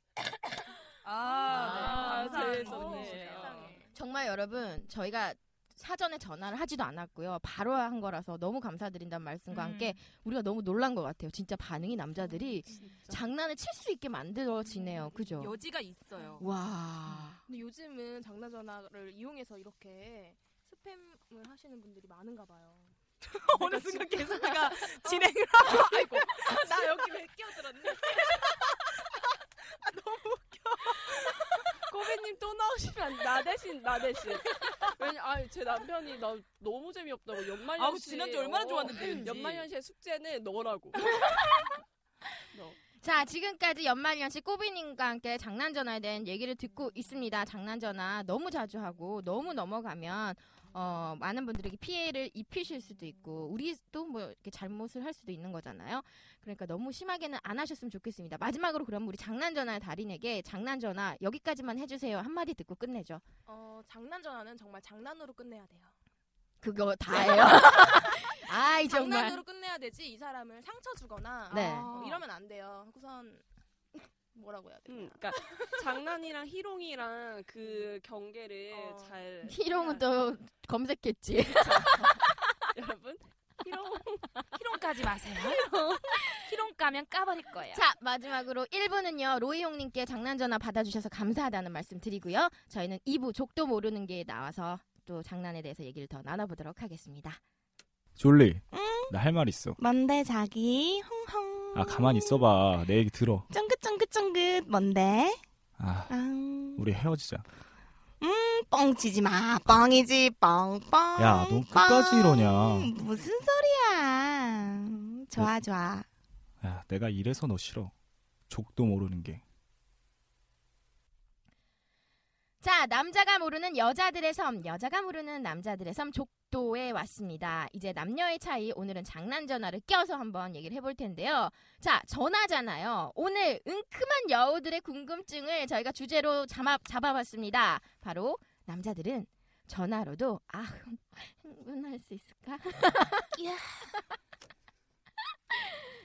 아,
아, 네. 감사합니다.
제일 좋네요.
세상에.
정말 여러분, 저희가 사전에 전화를 하지도 않았고요. 바로 한 거라서 너무 감사드린다는 말씀과
음. 아,
함께 우리가 너무 놀란 것 같아요. 진짜 반응이 남자들이 장난을 칠 수 있게 만들어지네요. 그죠?
여지가 있어요.
아, 와.
근데 요즘은 장난 전화를 이용해서 이렇게 스팸을 하시는 분들이 많은가 봐요.
어느 순간 게스트가
네.
진행을 하고 아이고
나 여기 왜 끼어들었니?
아, 꼬배님 또 나오시면 나 대신 나 대신. 왜냐 아제 남편이 나 너무 재미없다고 연말
아우,
연시
지난주 얼마나 좋았는데, 왠지.
연말 연시의 숙제는 너라고.
자, 지금까지 연말연 씨 꼬비님과 함께 장난 전화에 대한 얘기를 듣고 있습니다. 장난 전화 너무 자주 하고 너무 넘어가면 어, 많은 분들에게 피해를 입히실 수도 있고 우리도 뭐 이렇게 잘못을 할 수도 있는 거잖아요. 그러니까 너무 심하게는 안 하셨으면 좋겠습니다. 마지막으로 그럼 우리 장난 전화의 달인에게 장난 전화 여기까지만 해주세요 한 마디 듣고 끝내죠.
어, 장난 전화는 정말 장난으로 끝내야 돼요.
그거
<laughs>
다예요.
네,
아이 정말.
장난으로 끝내야 되지 이 사람을 상처 주거나
네.
아.
어, 이러면 안 돼요. 우선 <laughs> 뭐라고 해야 되나?
음, 그러니까 장난이랑 희롱이랑 그 경계를
어.
잘
희롱은 또 검색했지.
아, 여러분 희롱
<laughs> 희롱 까지
<laughs>
마세요. 희롱 까면 까버릴 거예요.
자 마지막으로 1부는요 로이 형님께 장난 전화 받아주셔서 감사하다는 말씀 드리고요 저희는 2부 족도 모르는 게 나와서 또 장난에 대해서 얘기를 더 나눠보도록 하겠습니다
졸리 나 할 말 있어
뭔데 자기? 홍홍.
아 가만히 있어봐 내 얘기 들어
쫑긋쫑긋쫑긋 뭔데?
아
아,
우리 헤어지자
음, 뻥치지 마. 뻥이지 뻥뻥.
야 너 끝까지 이러냐 네.
무슨 소리야? 좋아 좋아.
야 내가 이래서 너 싫어 족도 모르는 게
자 남자가 모르는 여자들의 섬 여자가 모르는 남자들의 섬 족도에 왔습니다 이제 남녀의 차이 오늘은 장난 전화를 껴서 한번 얘기를 해볼 텐데요 자 전화잖아요 오늘 은큼한 여우들의 궁금증을 저희가 주제로 잡아, 잡아봤습니다 바로 남자들은 전화로도 아 흥분할 수 있을까? <laughs>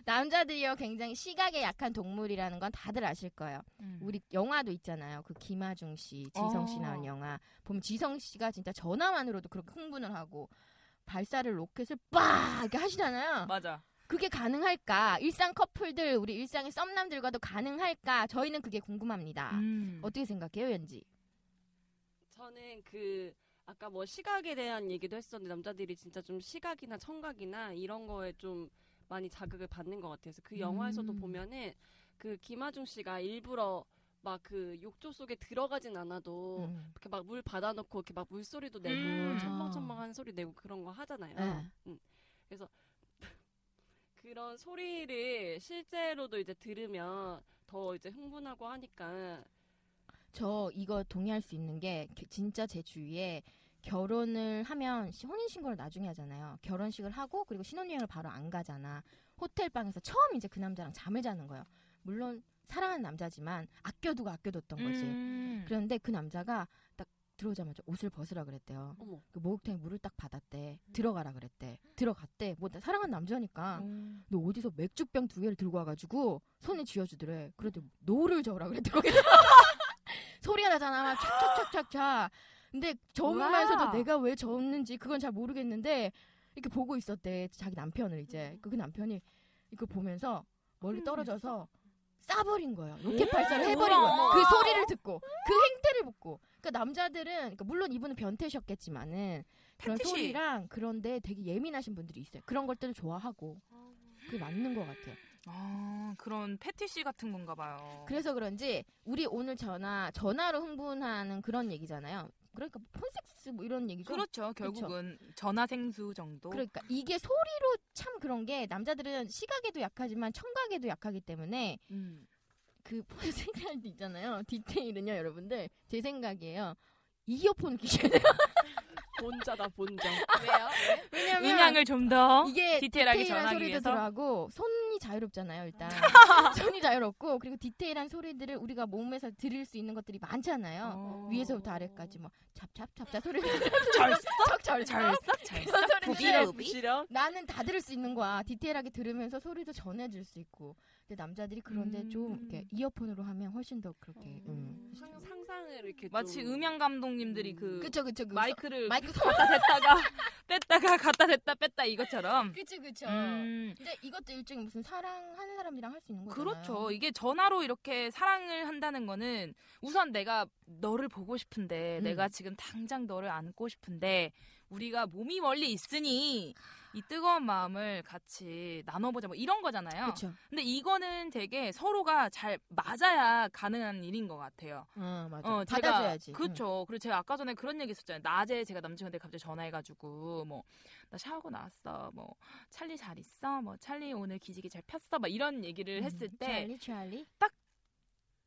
남자들이요 굉장히 시각에 약한 동물이라는 건 다들 아실 거예요.
음.
우리 영화도 있잖아요. 그 김하중 씨, 지성 씨
어.
나온 영화 보면 지성 씨가 진짜 전화만으로도 그렇게 흥분을 하고 발사를 로켓을 빡 이렇게 하시잖아요.
맞아.
그게 가능할까? 일상 커플들 우리 일상의 썸남들과도 가능할까? 저희는 그게 궁금합니다.
음.
어떻게 생각해요, 연지?
저는 그 아까 뭐 시각에 대한 얘기도 했었는데 남자들이 진짜 좀 시각이나 청각이나 이런 거에 좀 많이 자극을 받는 것 같아서 그 영화에서도
음.
보면은 그 김하중 씨가 일부러 막 그 욕조 속에 들어가진 않아도
음.
이렇게 막 물 받아놓고 이렇게 막 물소리도 내고
음.
첨벙첨벙하는 소리 내고 그런 거 하잖아요.
네.
음. 그래서 <laughs> 그런 소리를 실제로도 이제 들으면 더 이제 흥분하고 하니까
저 이거 동의할 수 있는 게 게- 진짜 제 주위에 결혼을 하면 시- 혼인신고를 나중에 하잖아요. 결혼식을 하고 그리고 신혼여행을 바로 안 가잖아. 호텔 방에서 처음 이제 그 남자랑 잠을 자는 거예요. 물론 사랑하는 남자지만 아껴두고 아껴뒀던 거지.
음.
그런데 그 남자가 딱 들어오자마자 옷을 벗으라 그랬대요.
어머.
그 목욕탕에 물을 딱 받았대. 들어가라 그랬대. 들어갔대. 뭐나 사랑하는 남자니까
음.
너 어디서 맥주병 두 개를 들고 와가지고 손에 쥐어주더래. 그래도 노를 저으라 그랬대 거기서. <laughs> 소리가 나잖아. 막 촥촥촥촥촥. 근데 저으면서도
와우.
내가 왜 저었는지 그건 잘 모르겠는데 이렇게 보고 있었대. 자기 남편을
음.
이제 그 남편이 이걸 보면서 멀리 떨어져서 싸버린 거예요. 로켓 발사를 해버린
음. 우와.
거예요. 그 소리를 듣고 그 행태를 보고. 그러니까 남자들은 그러니까 물론 이분은 변태셨겠지만은 그런
팩트시.
소리랑 그런데 되게 예민하신 분들이 있어요. 그런 것들을 좋아하고 그게 맞는 것 같아요.
아 그런 패티시 같은 건가 봐요.
그래서 그런지 우리 오늘 전화 전화로 흥분하는 그런 얘기잖아요. 그러니까 뭐 폰섹스 뭐 이런 얘기죠.
그렇죠. 결국은 전화 생수 정도.
그러니까 이게 소리로 참 그런 게 남자들은 시각에도 약하지만 청각에도 약하기 때문에
음.
그 생각이 있잖아요. 디테일은요, 여러분들 제 생각이에요. 이어폰 끼셔야 돼요.
본자다 본자.
왜요? 왜냐면
음향을 좀 더
이게
디테일하게
디테일한
전하기
소리도
위해서?
들어가고 손이 자유롭잖아요
<laughs>
일단 손이 자유롭고 그리고 디테일한 소리들을 우리가 몸에서 들을 수 있는 것들이
어.
많잖아요 위에서부터 아래까지 뭐 잡잡잡잡 소리를
<laughs>
<laughs> 절썩 절썩 절썩
부시럭, 부시럭.
나는 다 들을 수 있는 거야 디테일하게 들으면서 소리도 전해줄 수 있고 근데 남자들이 그런데 좀 이렇게 이어폰으로 하면 훨씬 더 그렇게 음.
항상
색상을 이렇게
마치
좀
음향 감독님들이 그
그쵸, 그쵸, 그
마이크를
마이크
<laughs> 갖다 댔다가 뺐다가 갖다 댔다 뺐다 이것처럼
그치 그쵸.
음.
근데 이것도 일종의 무슨 사랑하는 사람이랑 할 수 있는 거잖아요.
그렇죠. 이게 전화로 이렇게 사랑을 한다는 거는 우선 내가 너를 보고 싶은데
음.
내가 지금 당장 너를 안고 싶은데 우리가 몸이 멀리 있으니
아.
이 뜨거운 마음을 같이 나눠보자 뭐 이런 거잖아요.
그쵸.
근데 이거는 되게 서로가 잘 맞아야 가능한 일인 것 같아요.
어 맞아.
어, 제가-
받아줘야지.
그쵸. 그리고 제가 아까 전에 그런 얘기 했었잖아요. 낮에 제가 남친한테 갑자기 전화해가지고, 뭐, 나 샤워하고 나왔어. 뭐, 찰리 잘 있어. 뭐, 찰리 오늘 기지개 잘 폈어. 막 이런 얘기를 했을 때.
음, 찰리 찰리.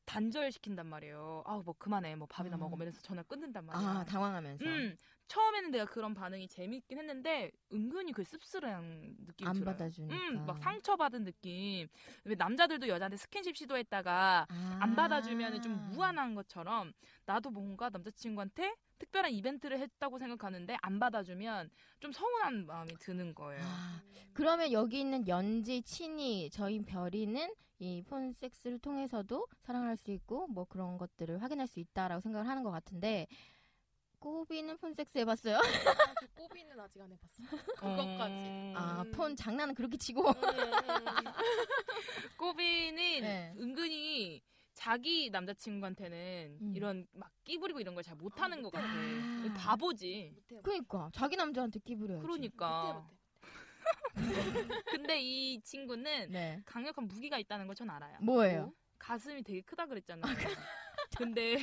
단절시킨단 말이에요. 아우, 뭐, 그만해. 뭐, 밥이나 먹어. 면서 전화 끊는단 말이야.
음. 아 당황하면서.
음, 처음에는 내가 그런 반응이 재밌긴 했는데 은근히 그 씁쓸한 느낌이
안
들어요.
받아주니까.
음, 막 상처받은 느낌. 왜 남자들도 여자한테 스킨십 시도했다가
아.
안 받아주면 좀 무안한 것처럼 나도 뭔가 남자친구한테 특별한 이벤트를 했다고 생각하는데 안 받아주면 좀 서운한 마음이 드는 거예요.
아, 그러면 여기 있는 연지, 친이, 저희 별이는 이 폰섹스를 통해서도 사랑할 수 있고 뭐 그런 것들을 확인할 수 있다라고 생각을 하는 것 같은데 꼬비는 폰섹스 해봤어요?
저 꼬비는 아직 안 해봤어요. 그것까지.
어. 네. 음.
아, 폰 장난은 그렇게 치고
<laughs> 꼬비는
네.
은근히 자기 남자친구한테는
음.
이런 막 끼부리고 이런 걸 잘 못하는 것 같아. 바보지.
그러니까 자기 남자한테 끼부려야지.
그러니까. 근데 이 친구는
네.
강력한 무기가 있다는 걸 전 알아요.
뭐예요?
가슴이 되게 크다 그랬잖아요. 근데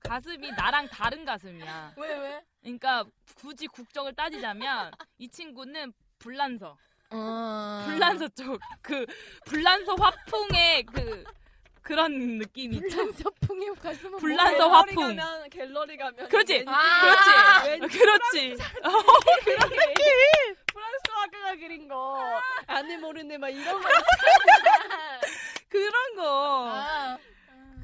가슴이 나랑 다른 가슴이야.
왜 왜?
그러니까 굳이 국적을 따지자면 이 친구는 불란서.
어.
불란서 쪽. 그 불란서 화풍의 그 그런 느낌이 있죠.
불란서 풍이 가슴은
불란서
뭐 갤러리
화풍.
가면, 갤러리 가면
그렇지.
아,
그렇지. 그렇지.
그런 느낌 프랑스 화가가 그린 거 안에 모르네 막 이런 거
그런 거.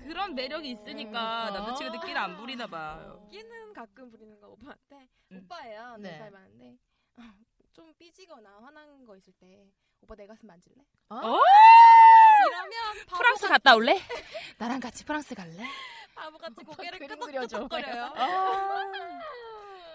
그런 매력이 있으니까 남자친구들끼리 안 부리나 봐요.
끼는 가끔 부리는 거 오빠한테
어. 음.
오빠예요
네.
네살 많은데 아, 좀 삐지거나 화난 거 있을 때 오빠 내 가슴 만질래?
어?
이러면 바보
프랑스
같-
갔다 올래? 나랑 같이 프랑스 갈래?
바보같이 고개를
그림 그려줘.
끄덕끄덕거려요.
아.
<laughs>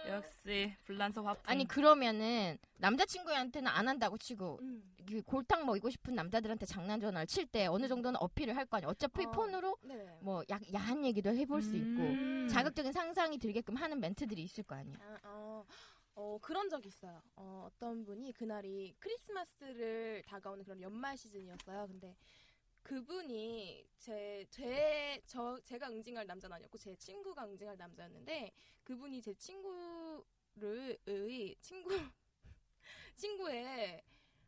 역시 불란서 화풍.
아니 그러면은 남자친구한테는 안 한다고 치고
음.
그 골탕 먹이고 싶은 남자들한테 장난 전화를 칠 때 어느 정도는 어필을 할 거 아니야. 어차피
어,
폰으로
네네.
뭐 야, 야한 얘기도 해볼 수
음.
있고 자극적인 상상이 들게끔 하는 멘트들이 있을 거 아니야.
아, 어, 어, 그런 적 있어요. 어, 어떤 분이 그날이 크리스마스를 다가오는 그런 연말 시즌이었어요. 근데 그분이 제, 제, 저, 제가 응징할 남자는 아니었고 제 친구가 응징할 남자였는데 그분이 제 친구를, 의, 친구, <laughs> 친구의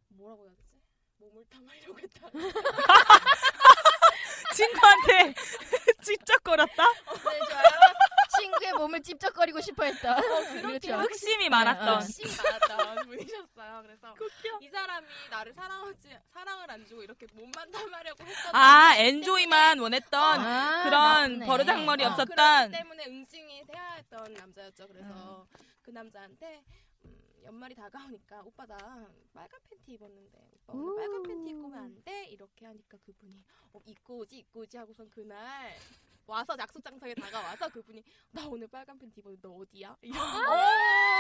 뭐라고 해야 되지? 몸을 담으려고 했다.
<laughs> 친구한테 <laughs> 직접 걸었다?
네, 좋아요. 친구의 몸을 찝쩍거리고 싶어했다.
그렇게
그렇죠.
하고
흑심이
싶-
많았던.
네, <laughs> 어, 흑심이 많았던 분이셨어요. 그래서 이 사람이 나를 사랑하지 사랑을 안 주고 이렇게 몸만 담으려고 했던
아, 엔조이만 원했던
아,
그런
나쁘네.
버르장머리
어,
없었던. 음.
그렇기 때문에 응징이 돼야 했던 남자였죠. 그래서 그 남자한테 음, 연말이 다가오니까 오빠 나 빨간 팬티 입었는데 오빠 오늘 빨간 팬티 입고 오면 안 돼? 이렇게 하니까 그분이 어, 입고 오지 입고 오지 하고선 그날 와서 약속장소에 다가와서 그분이 나 오늘 빨간 팬티 입었는데 너 어디야? 이러고
아.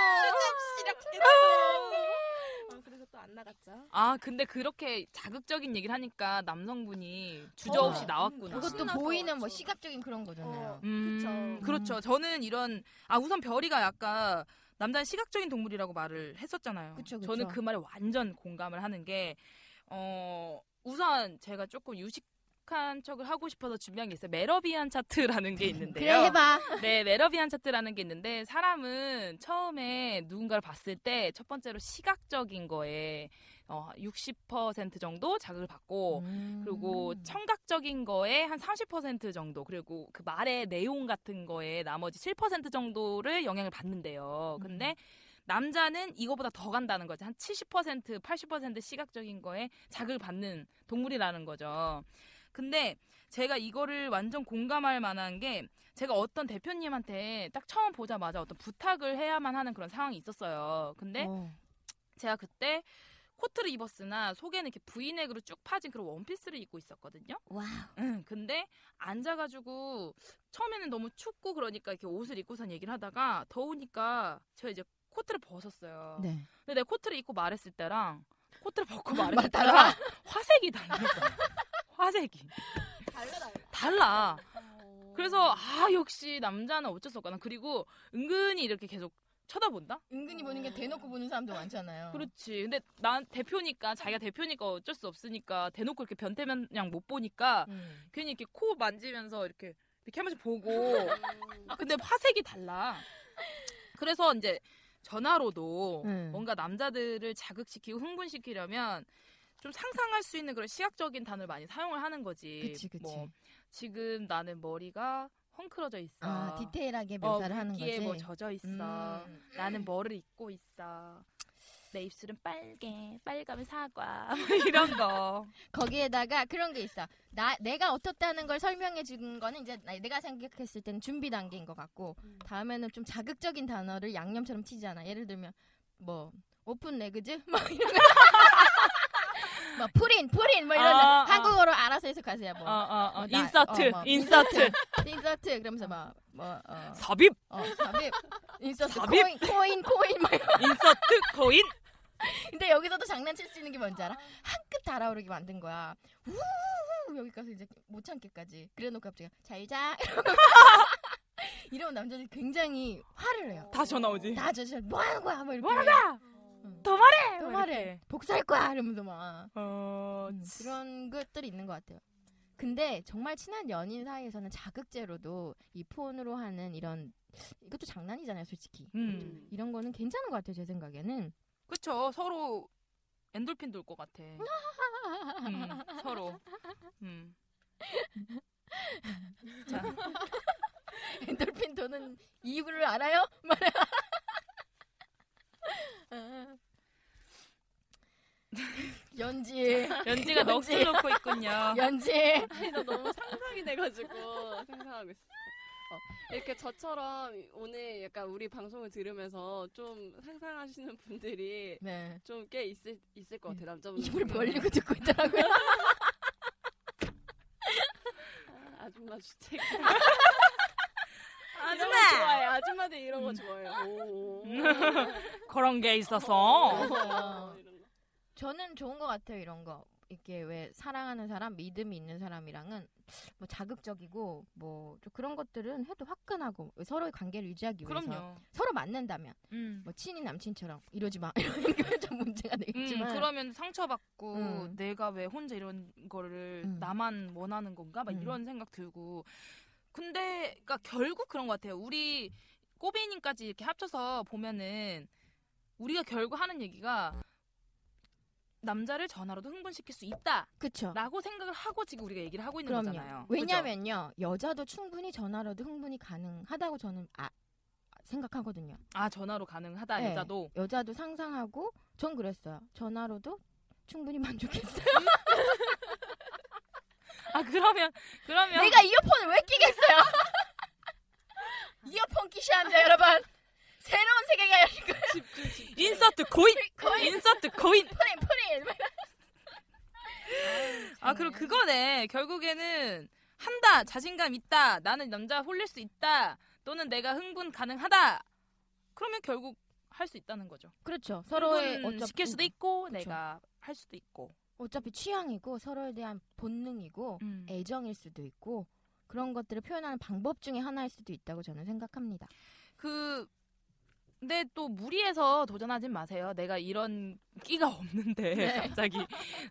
시렵시렵 계속 어, 그래서 또 안 나갔죠.
아, 근데 그렇게 자극적인 얘기를 하니까 남성분이 주저없이
어,
나왔구나.
그것도 보이는 뭐 시각적인 그런 거잖아요.
음, 그렇죠. 저는 이런 아 우선 별이가 아까 남자는 시각적인 동물이라고 말을 했었잖아요.
그쵸, 그쵸.
저는 그 말에 완전 공감을 하는 게 어, 우선 제가 조금 유식한 척을 하고 싶어서 준비한 게 있어요. 메러비안 차트라는 게 있는데요.
그래, 해봐.
네, 메러비안 차트라는 게 있는데 사람은 처음에 누군가를 봤을 때 첫 번째로 시각적인 거에 어, 60% 정도 자극을
음.
받고 뭐, 그리고 청각적인 거에 한 30% 정도 그리고 그 말의 내용 같은 거에 나머지 7% 정도를 영향을 받는데요. 근데 남자는 이거보다 더 간다는 거죠. 한 70% 80% 시각적인 거에 자극을 받는 동물이라는 거죠. 근데 제가 이거를 완전 공감할 만한 게 제가 어떤 대표님한테 딱 처음 보자마자 어떤 부탁을 해야만 하는 그런 상황이 있었어요. 근데 제가 그때 코트를 입었으나 속에는 이렇게 브이넥으로 쭉 파진 그런 원피스를 입고 있었거든요.
와우.
응, 근데 앉아가지고 처음에는 너무 춥고 그러니까 이렇게 옷을 입고선 얘기를 하다가 더우니까 제가 이제 코트를 벗었어요.
네. 어,
근데 내가 코트를 입고 말했을 때랑 코트를 벗고 말했을
맞다라.
때랑 화색이 달라. 화색이. 달라.
어.
그래서 아 역시 남자는 어쩔 수 없구나. 그리고 은근히 이렇게 계속 쳐다본다.
은근히 보는 게 대놓고 보는 사람도 많잖아요.
그렇지. 근데 난 대표니까 자기가 대표니까 어쩔 수 없으니까 대놓고 이렇게 변태면냥 못 보니까 괜히 이렇게 코 만지면서 이렇게 이렇게 한 번씩 보고.
<laughs>
근데 화색이 달라. 그래서 이제 전화로도
음.
뭔가 남자들을 자극시키고 흥분시키려면 좀 상상할 수 있는 그런 시각적인 단어를 많이 사용을 하는 거지.
그치, 그치.
뭐 지금 나는 머리가 헝클어져 있어.
아, 디테일하게 묘사를 하는
에
거지?
뭐 젖어 있어.
음.
나는 뭐를 입고 있어. 내 입술은 빨개. 빨가면 사과. <laughs> 이런 거.
거기에다가 그런 게 있어. 나 내가 어떻다는 걸 설명해 준 거는 이제 나- 내가 생각했을 때는 준비 단계인 것 같고 다음에는 좀 자극적인 단어를 양념처럼 치잖아. 예를 들면 뭐 오픈 레그즈 <laughs> 막 이런 거. 뭐 프린 프린 뭐 이런
어, 어.
한국어로 알아서 해석하세요. 뭐.
어, 어,
뭐
어.
나-
인서트,
뭐
인서트.
인서트 그러면서 막뭐 어.
삽입.
어, 삽입. 인서트
삽입.
코인 코인 코인 막 이런
인서트 코인.
근데 여기서도 장난칠 수 있는 게 뭔지 알아? 한 끗 달아오르게 만든 거야. 우우우 여기까지 이제 못 참겠까지. 그래놓고 갑자기 잘자 <laughs> 이러면 남자들이 굉장히 화를 내요.
다 전화 오지.
다 전화 뭐 하는 거야? 막 이렇게.
뭐라고?
더
말해!
더
막
말해.
이렇게.
복수할 거야! 이러면서 막.
어,
그런 것들이 있는 것 같아요. 근데 정말 친한 연인 사이에서는 자극제로도 이 폰으로 하는 이런 이것도 장난이잖아요, 솔직히.
음.
이런 거는 괜찮은 것 같아요, 제 생각에는.
그쵸. 서로 엔돌핀 돌 것 같아. <laughs> 음, 서로. 음. 자.
엔돌핀 도는 이유를 알아요? <laughs> 말해. 아. <laughs> 연지.
<laughs> 연지가 넋을 놓고 있군요.
연지.
아니, 나 너무 상상이 돼가지고 생각하고 있어. 어, 이렇게 저처럼 오늘 약간 우리 방송을 들으면서 좀 상상하시는 분들이
네.
좀 꽤 있을 있을 것 같아요 남자분
입을 벌리고 듣고 있더라고요.
아줌마 주책
아줌마!
이런 거 좋아해 아줌마들 이런 거 좋아해 오, 오.
<laughs> 그런 게 있어서.
<laughs> 저는 좋은 것 같아요 이런 거 이게 왜 사랑하는 사람 믿음이 있는 사람이랑은 뭐 자극적이고 뭐 좀 그런 것들은 해도 화끈하고 서로의 관계를 유지하기 위해서
그럼요.
서로 맞는다면
음.
뭐 친인 남친처럼 이러지 마 <laughs> 이런 게 좀 문제가 되겠지만
음, 그러면 상처받고
음.
내가 왜 혼자 이런 거를
음.
나만 원하는 건가 막
음.
이런 생각 들고 근데 그러니까 결국 그런 것 같아요 우리 꼬비님까지 이렇게 합쳐서 보면은 우리가 결국 하는 얘기가 남자를 전화로도 흥분시킬 수 있다
그쵸
라고 생각을 하고 지금 우리가 얘기를 하고 있는
그럼요
거잖아요 그죠?
왜냐면요 여자도 충분히 전화로도 흥분이 가능하다고 저는 아, 생각하거든요
아 전화로 가능하다
네,
여자도
여자도 상상하고 전 그랬어요 전화로도 충분히 <laughs> 만족했어요
아 그러면 그러면
내가 이어폰을 왜 끼겠어요? <laughs> 이어폰 끼셔야 합니다, 여러분. 새로운 세계가 열릴 거예요.
인서트 코인
코인.
인서트 코인
프린, 프린.
아, 그럼 그거네. 결국에는 한다, 자신감 있다, 나는 남자 홀릴 수 있다, 또는 내가 흥분 가능하다. 그러면 결국 할 수 있다는 거죠.
그렇죠. 서로의
흥분
어차피-
시킬 수도 있고,
그렇죠.
내가 할 수도 있고.
어차피 취향이고 서로에 대한 본능이고
음.
애정일 수도 있고 그런 것들을 표현하는 방법 중에 하나일 수도 있다고 저는 생각합니다.
그, 근데 또 무리해서 도전하진 마세요. 내가 이런 끼가 <laughs> 없는데,
네.
갑자기.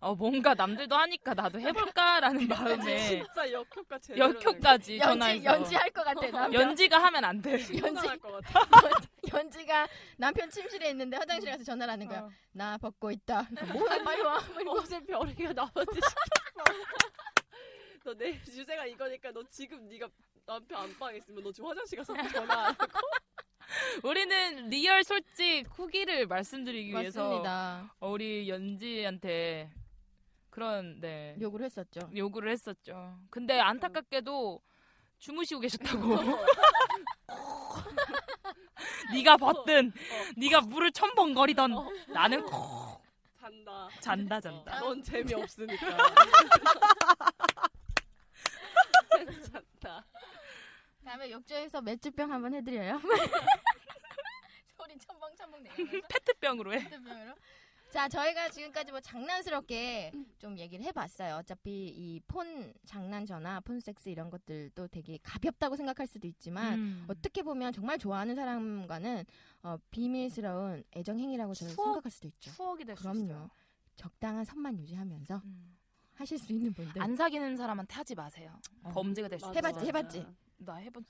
어, 뭔가 남들도 하니까 나도
<laughs>
해볼까라는 마음에.
진짜 역효과 제대로
네. 역효까지 전화해서
것 같아, 남편.
연지가 하면 안 돼.
연지,
것 같아.
연지가 남편 침실에 있는데 화장실 가서 전화를 하는
어.
거야. 나 벗고 있다.
아,
<laughs> 뭐해, 빨리 와.
어제 별이가 나왔듯이 <laughs> 너내 주제가 이거니까 너 지금 네가 남편 안방에 있으면 너 지금 화장실 가서 전화
우리는 리얼 솔직 후기를 말씀드리기 위해서
맞습니다.
어, 우리 연지한테 그런 네
욕을 했었죠.
요구를 했었죠. 근데 안타깝게도 주무시고 <laughs> 계셨다고. 어. 네가 벗든 네가 물을 첨벙거리던 나는 콕
잔다.
잔다, 잔다.
어, 넌 재미없으니까. <laughs> 잔다.
다음에 욕조에서 맥주병 한번 <laughs> 해드려요. 소리 첨벙첨벙 내요.
페트병으로 해.
페트병으로. 자, 저희가 지금까지 뭐 장난스럽게 좀 얘기를 해봤어요. 어차피 이 폰 장난 전화, 폰 섹스 이런 것들도 되게 가볍다고 생각할 수도 있지만
음.
어떻게 보면 정말 좋아하는 사람과는 어, 비밀스러운 애정 행위라고 저는
추억,
생각할 수도 있죠.
추억이 될수
그럼요.
있어요.
적당한 선만 유지하면서 하실 수 있는 분들.
음. 안 사귀는 사람한테 하지 마세요.
어.
범죄가 될 수 있어.
해봤지, 해봤지?
나 <laughs> 해봤어.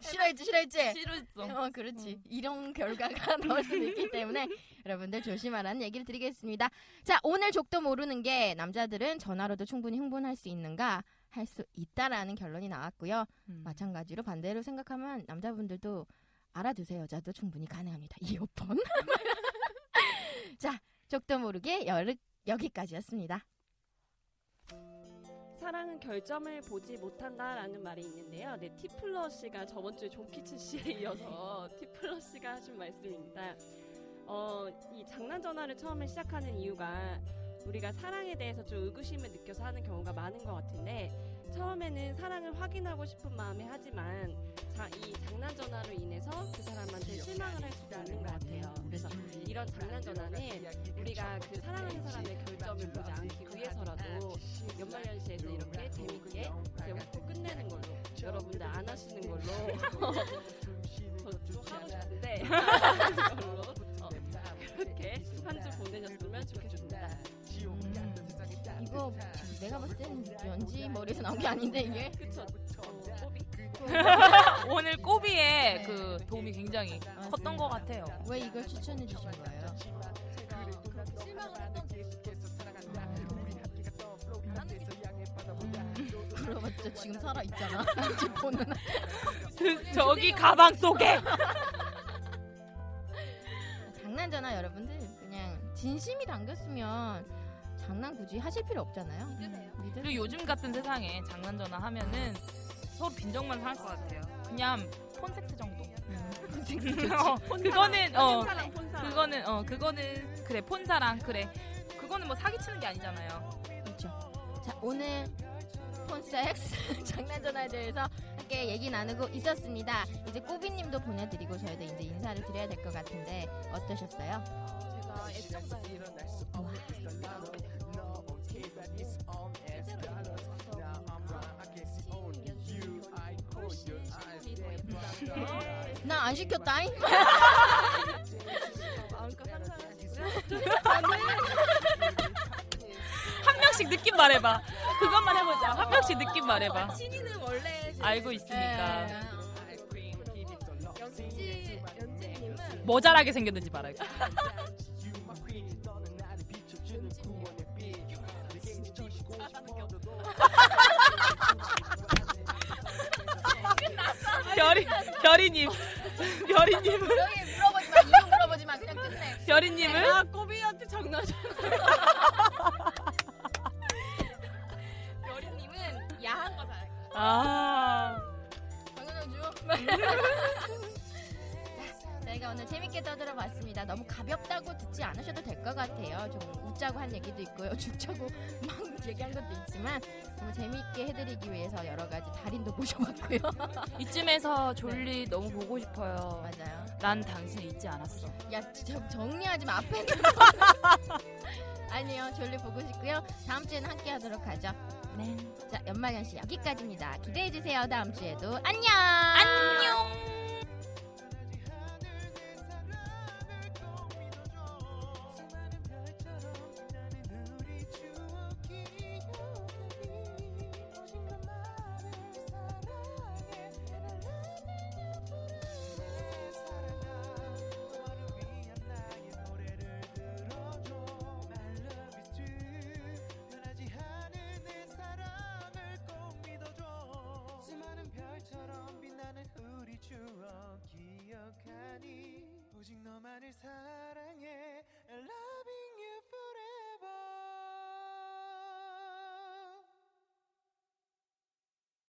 싫어했지 싫어했지
싫어했어.
어 그렇지 이런 결과가 <laughs> 나올 수도 있기 때문에 여러분들 조심하라는 얘기를 드리겠습니다 자 오늘 족도 모르는 게 남자들은 전화로도 충분히 흥분할 수 있는가 할 수 있다라는 결론이 나왔고요
음.
마찬가지로 반대로 생각하면 남자분들도 알아두세요 여자도 충분히 가능합니다 이어폰 <laughs> 자 족도 모르게 열, 여기까지였습니다
사랑은 결점을 보지 못한다라는 말이 있는데요. 네, 티플러 씨가 저번 주에 존키츠 씨에 <laughs> 이어서 티플러 씨가 하신 말씀입니다. 어, 이 장난 전화를 처음에 시작하는 이유가 우리가 사랑에 대해서 좀 의구심을 느껴서 하는 경우가 많은 것 같은데 처음에는 사랑을 확인하고 싶은 마음에 하지만 자, 이 장난 전화로 인해서 그 사람한테 실망을 할 수도 있는 것 같아요. 그래서 이런 장난 전화는 우리가 그 사랑하는 사람의 결점을 보지 않기 위해서라도 연말연시에서 이렇게 재밌게 제목도 끝내는 걸로 여러분들 안 하시는 걸로 저도 하고 싶은데 안 하시는 걸로 어, 그렇게 한 주 보내셨으면 좋겠습니다.
이거 내가 봤을 땐 왠지 머리에서 나온 게 아닌데 이게
그쵸
<laughs> 오늘 꼬비의 그 도움이 굉장히 컸던 것 같아요.
왜 이걸 추천해 주신 거예요? 물어봤죠. 지금 살아 있잖아. <laughs> 지금 보는
그 <laughs> 저기 가방 속에.
장난잖아 여러분들. 그냥 진심이 담겼으면 장난 굳이 하실 필요 없잖아요.
그리고 요즘 같은 세상에 장난 전화 하면은 서로 빈정만 상할 것 같아요. 그냥 폰섹스 정도. 어, 그거는 어
폰사랑, 폰사랑.
그거는 어 그거는 그래 폰사랑 그래 그거는 뭐 사기치는 게 아니잖아요.
그렇죠. 자 오늘 폰섹스 <laughs> 장난 전화에 대해서 함께 얘기 나누고 있었습니다. 이제 꼬비님도 보내드리고 저희도 이제 인사를 드려야 될 것 같은데 어떠셨어요?
제가 애청자에 일어날 수
어, 네.
나 안 시켰다잉.
<laughs>
한 명씩 느낌 말해봐. 그것만 해보자. 한 명씩 느낌 말해봐.
신이는 원래 아,
알고 있으니까.
연지 연지님은
모자라게 생겼는지 말할게.
아,
별이 <laughs> 별이님 별이님은
여기 물어보지 마. 이유 물어보지 마. 그냥 끝내.
별이님은
아 꼬비한테 장난 전
<laughs> 별이님은 야한 거 잘해.
아
<laughs> 자, 저희가 오늘 재밌게 떠들어 봤습니다. 너무 가볍다고 듣지 않으셔도 될 것 같아요. 좀 웃자고 한 얘기도 있고요. <laughs> 죽자고 막 얘기한 것도 있지만 너무 재밌게 해드리기 위해서 여러 가지 달인도 모셔봤고요. <laughs>
이쯤에서 졸리 너무 보고 싶어요.
맞아요.
난 당신 잊지 않았어.
야 진짜 정리하지 마 앞에 <laughs> 있는 거. 아니요 졸리 보고 싶고요 다음 주에는 함께 하도록 하죠
네.
자 연말연시 여기까지입니다 기대해주세요 다음 주에도 안녕 안녕
수많은 별처럼 빛나는 우리 추억 기억하니 오직 너만을 사랑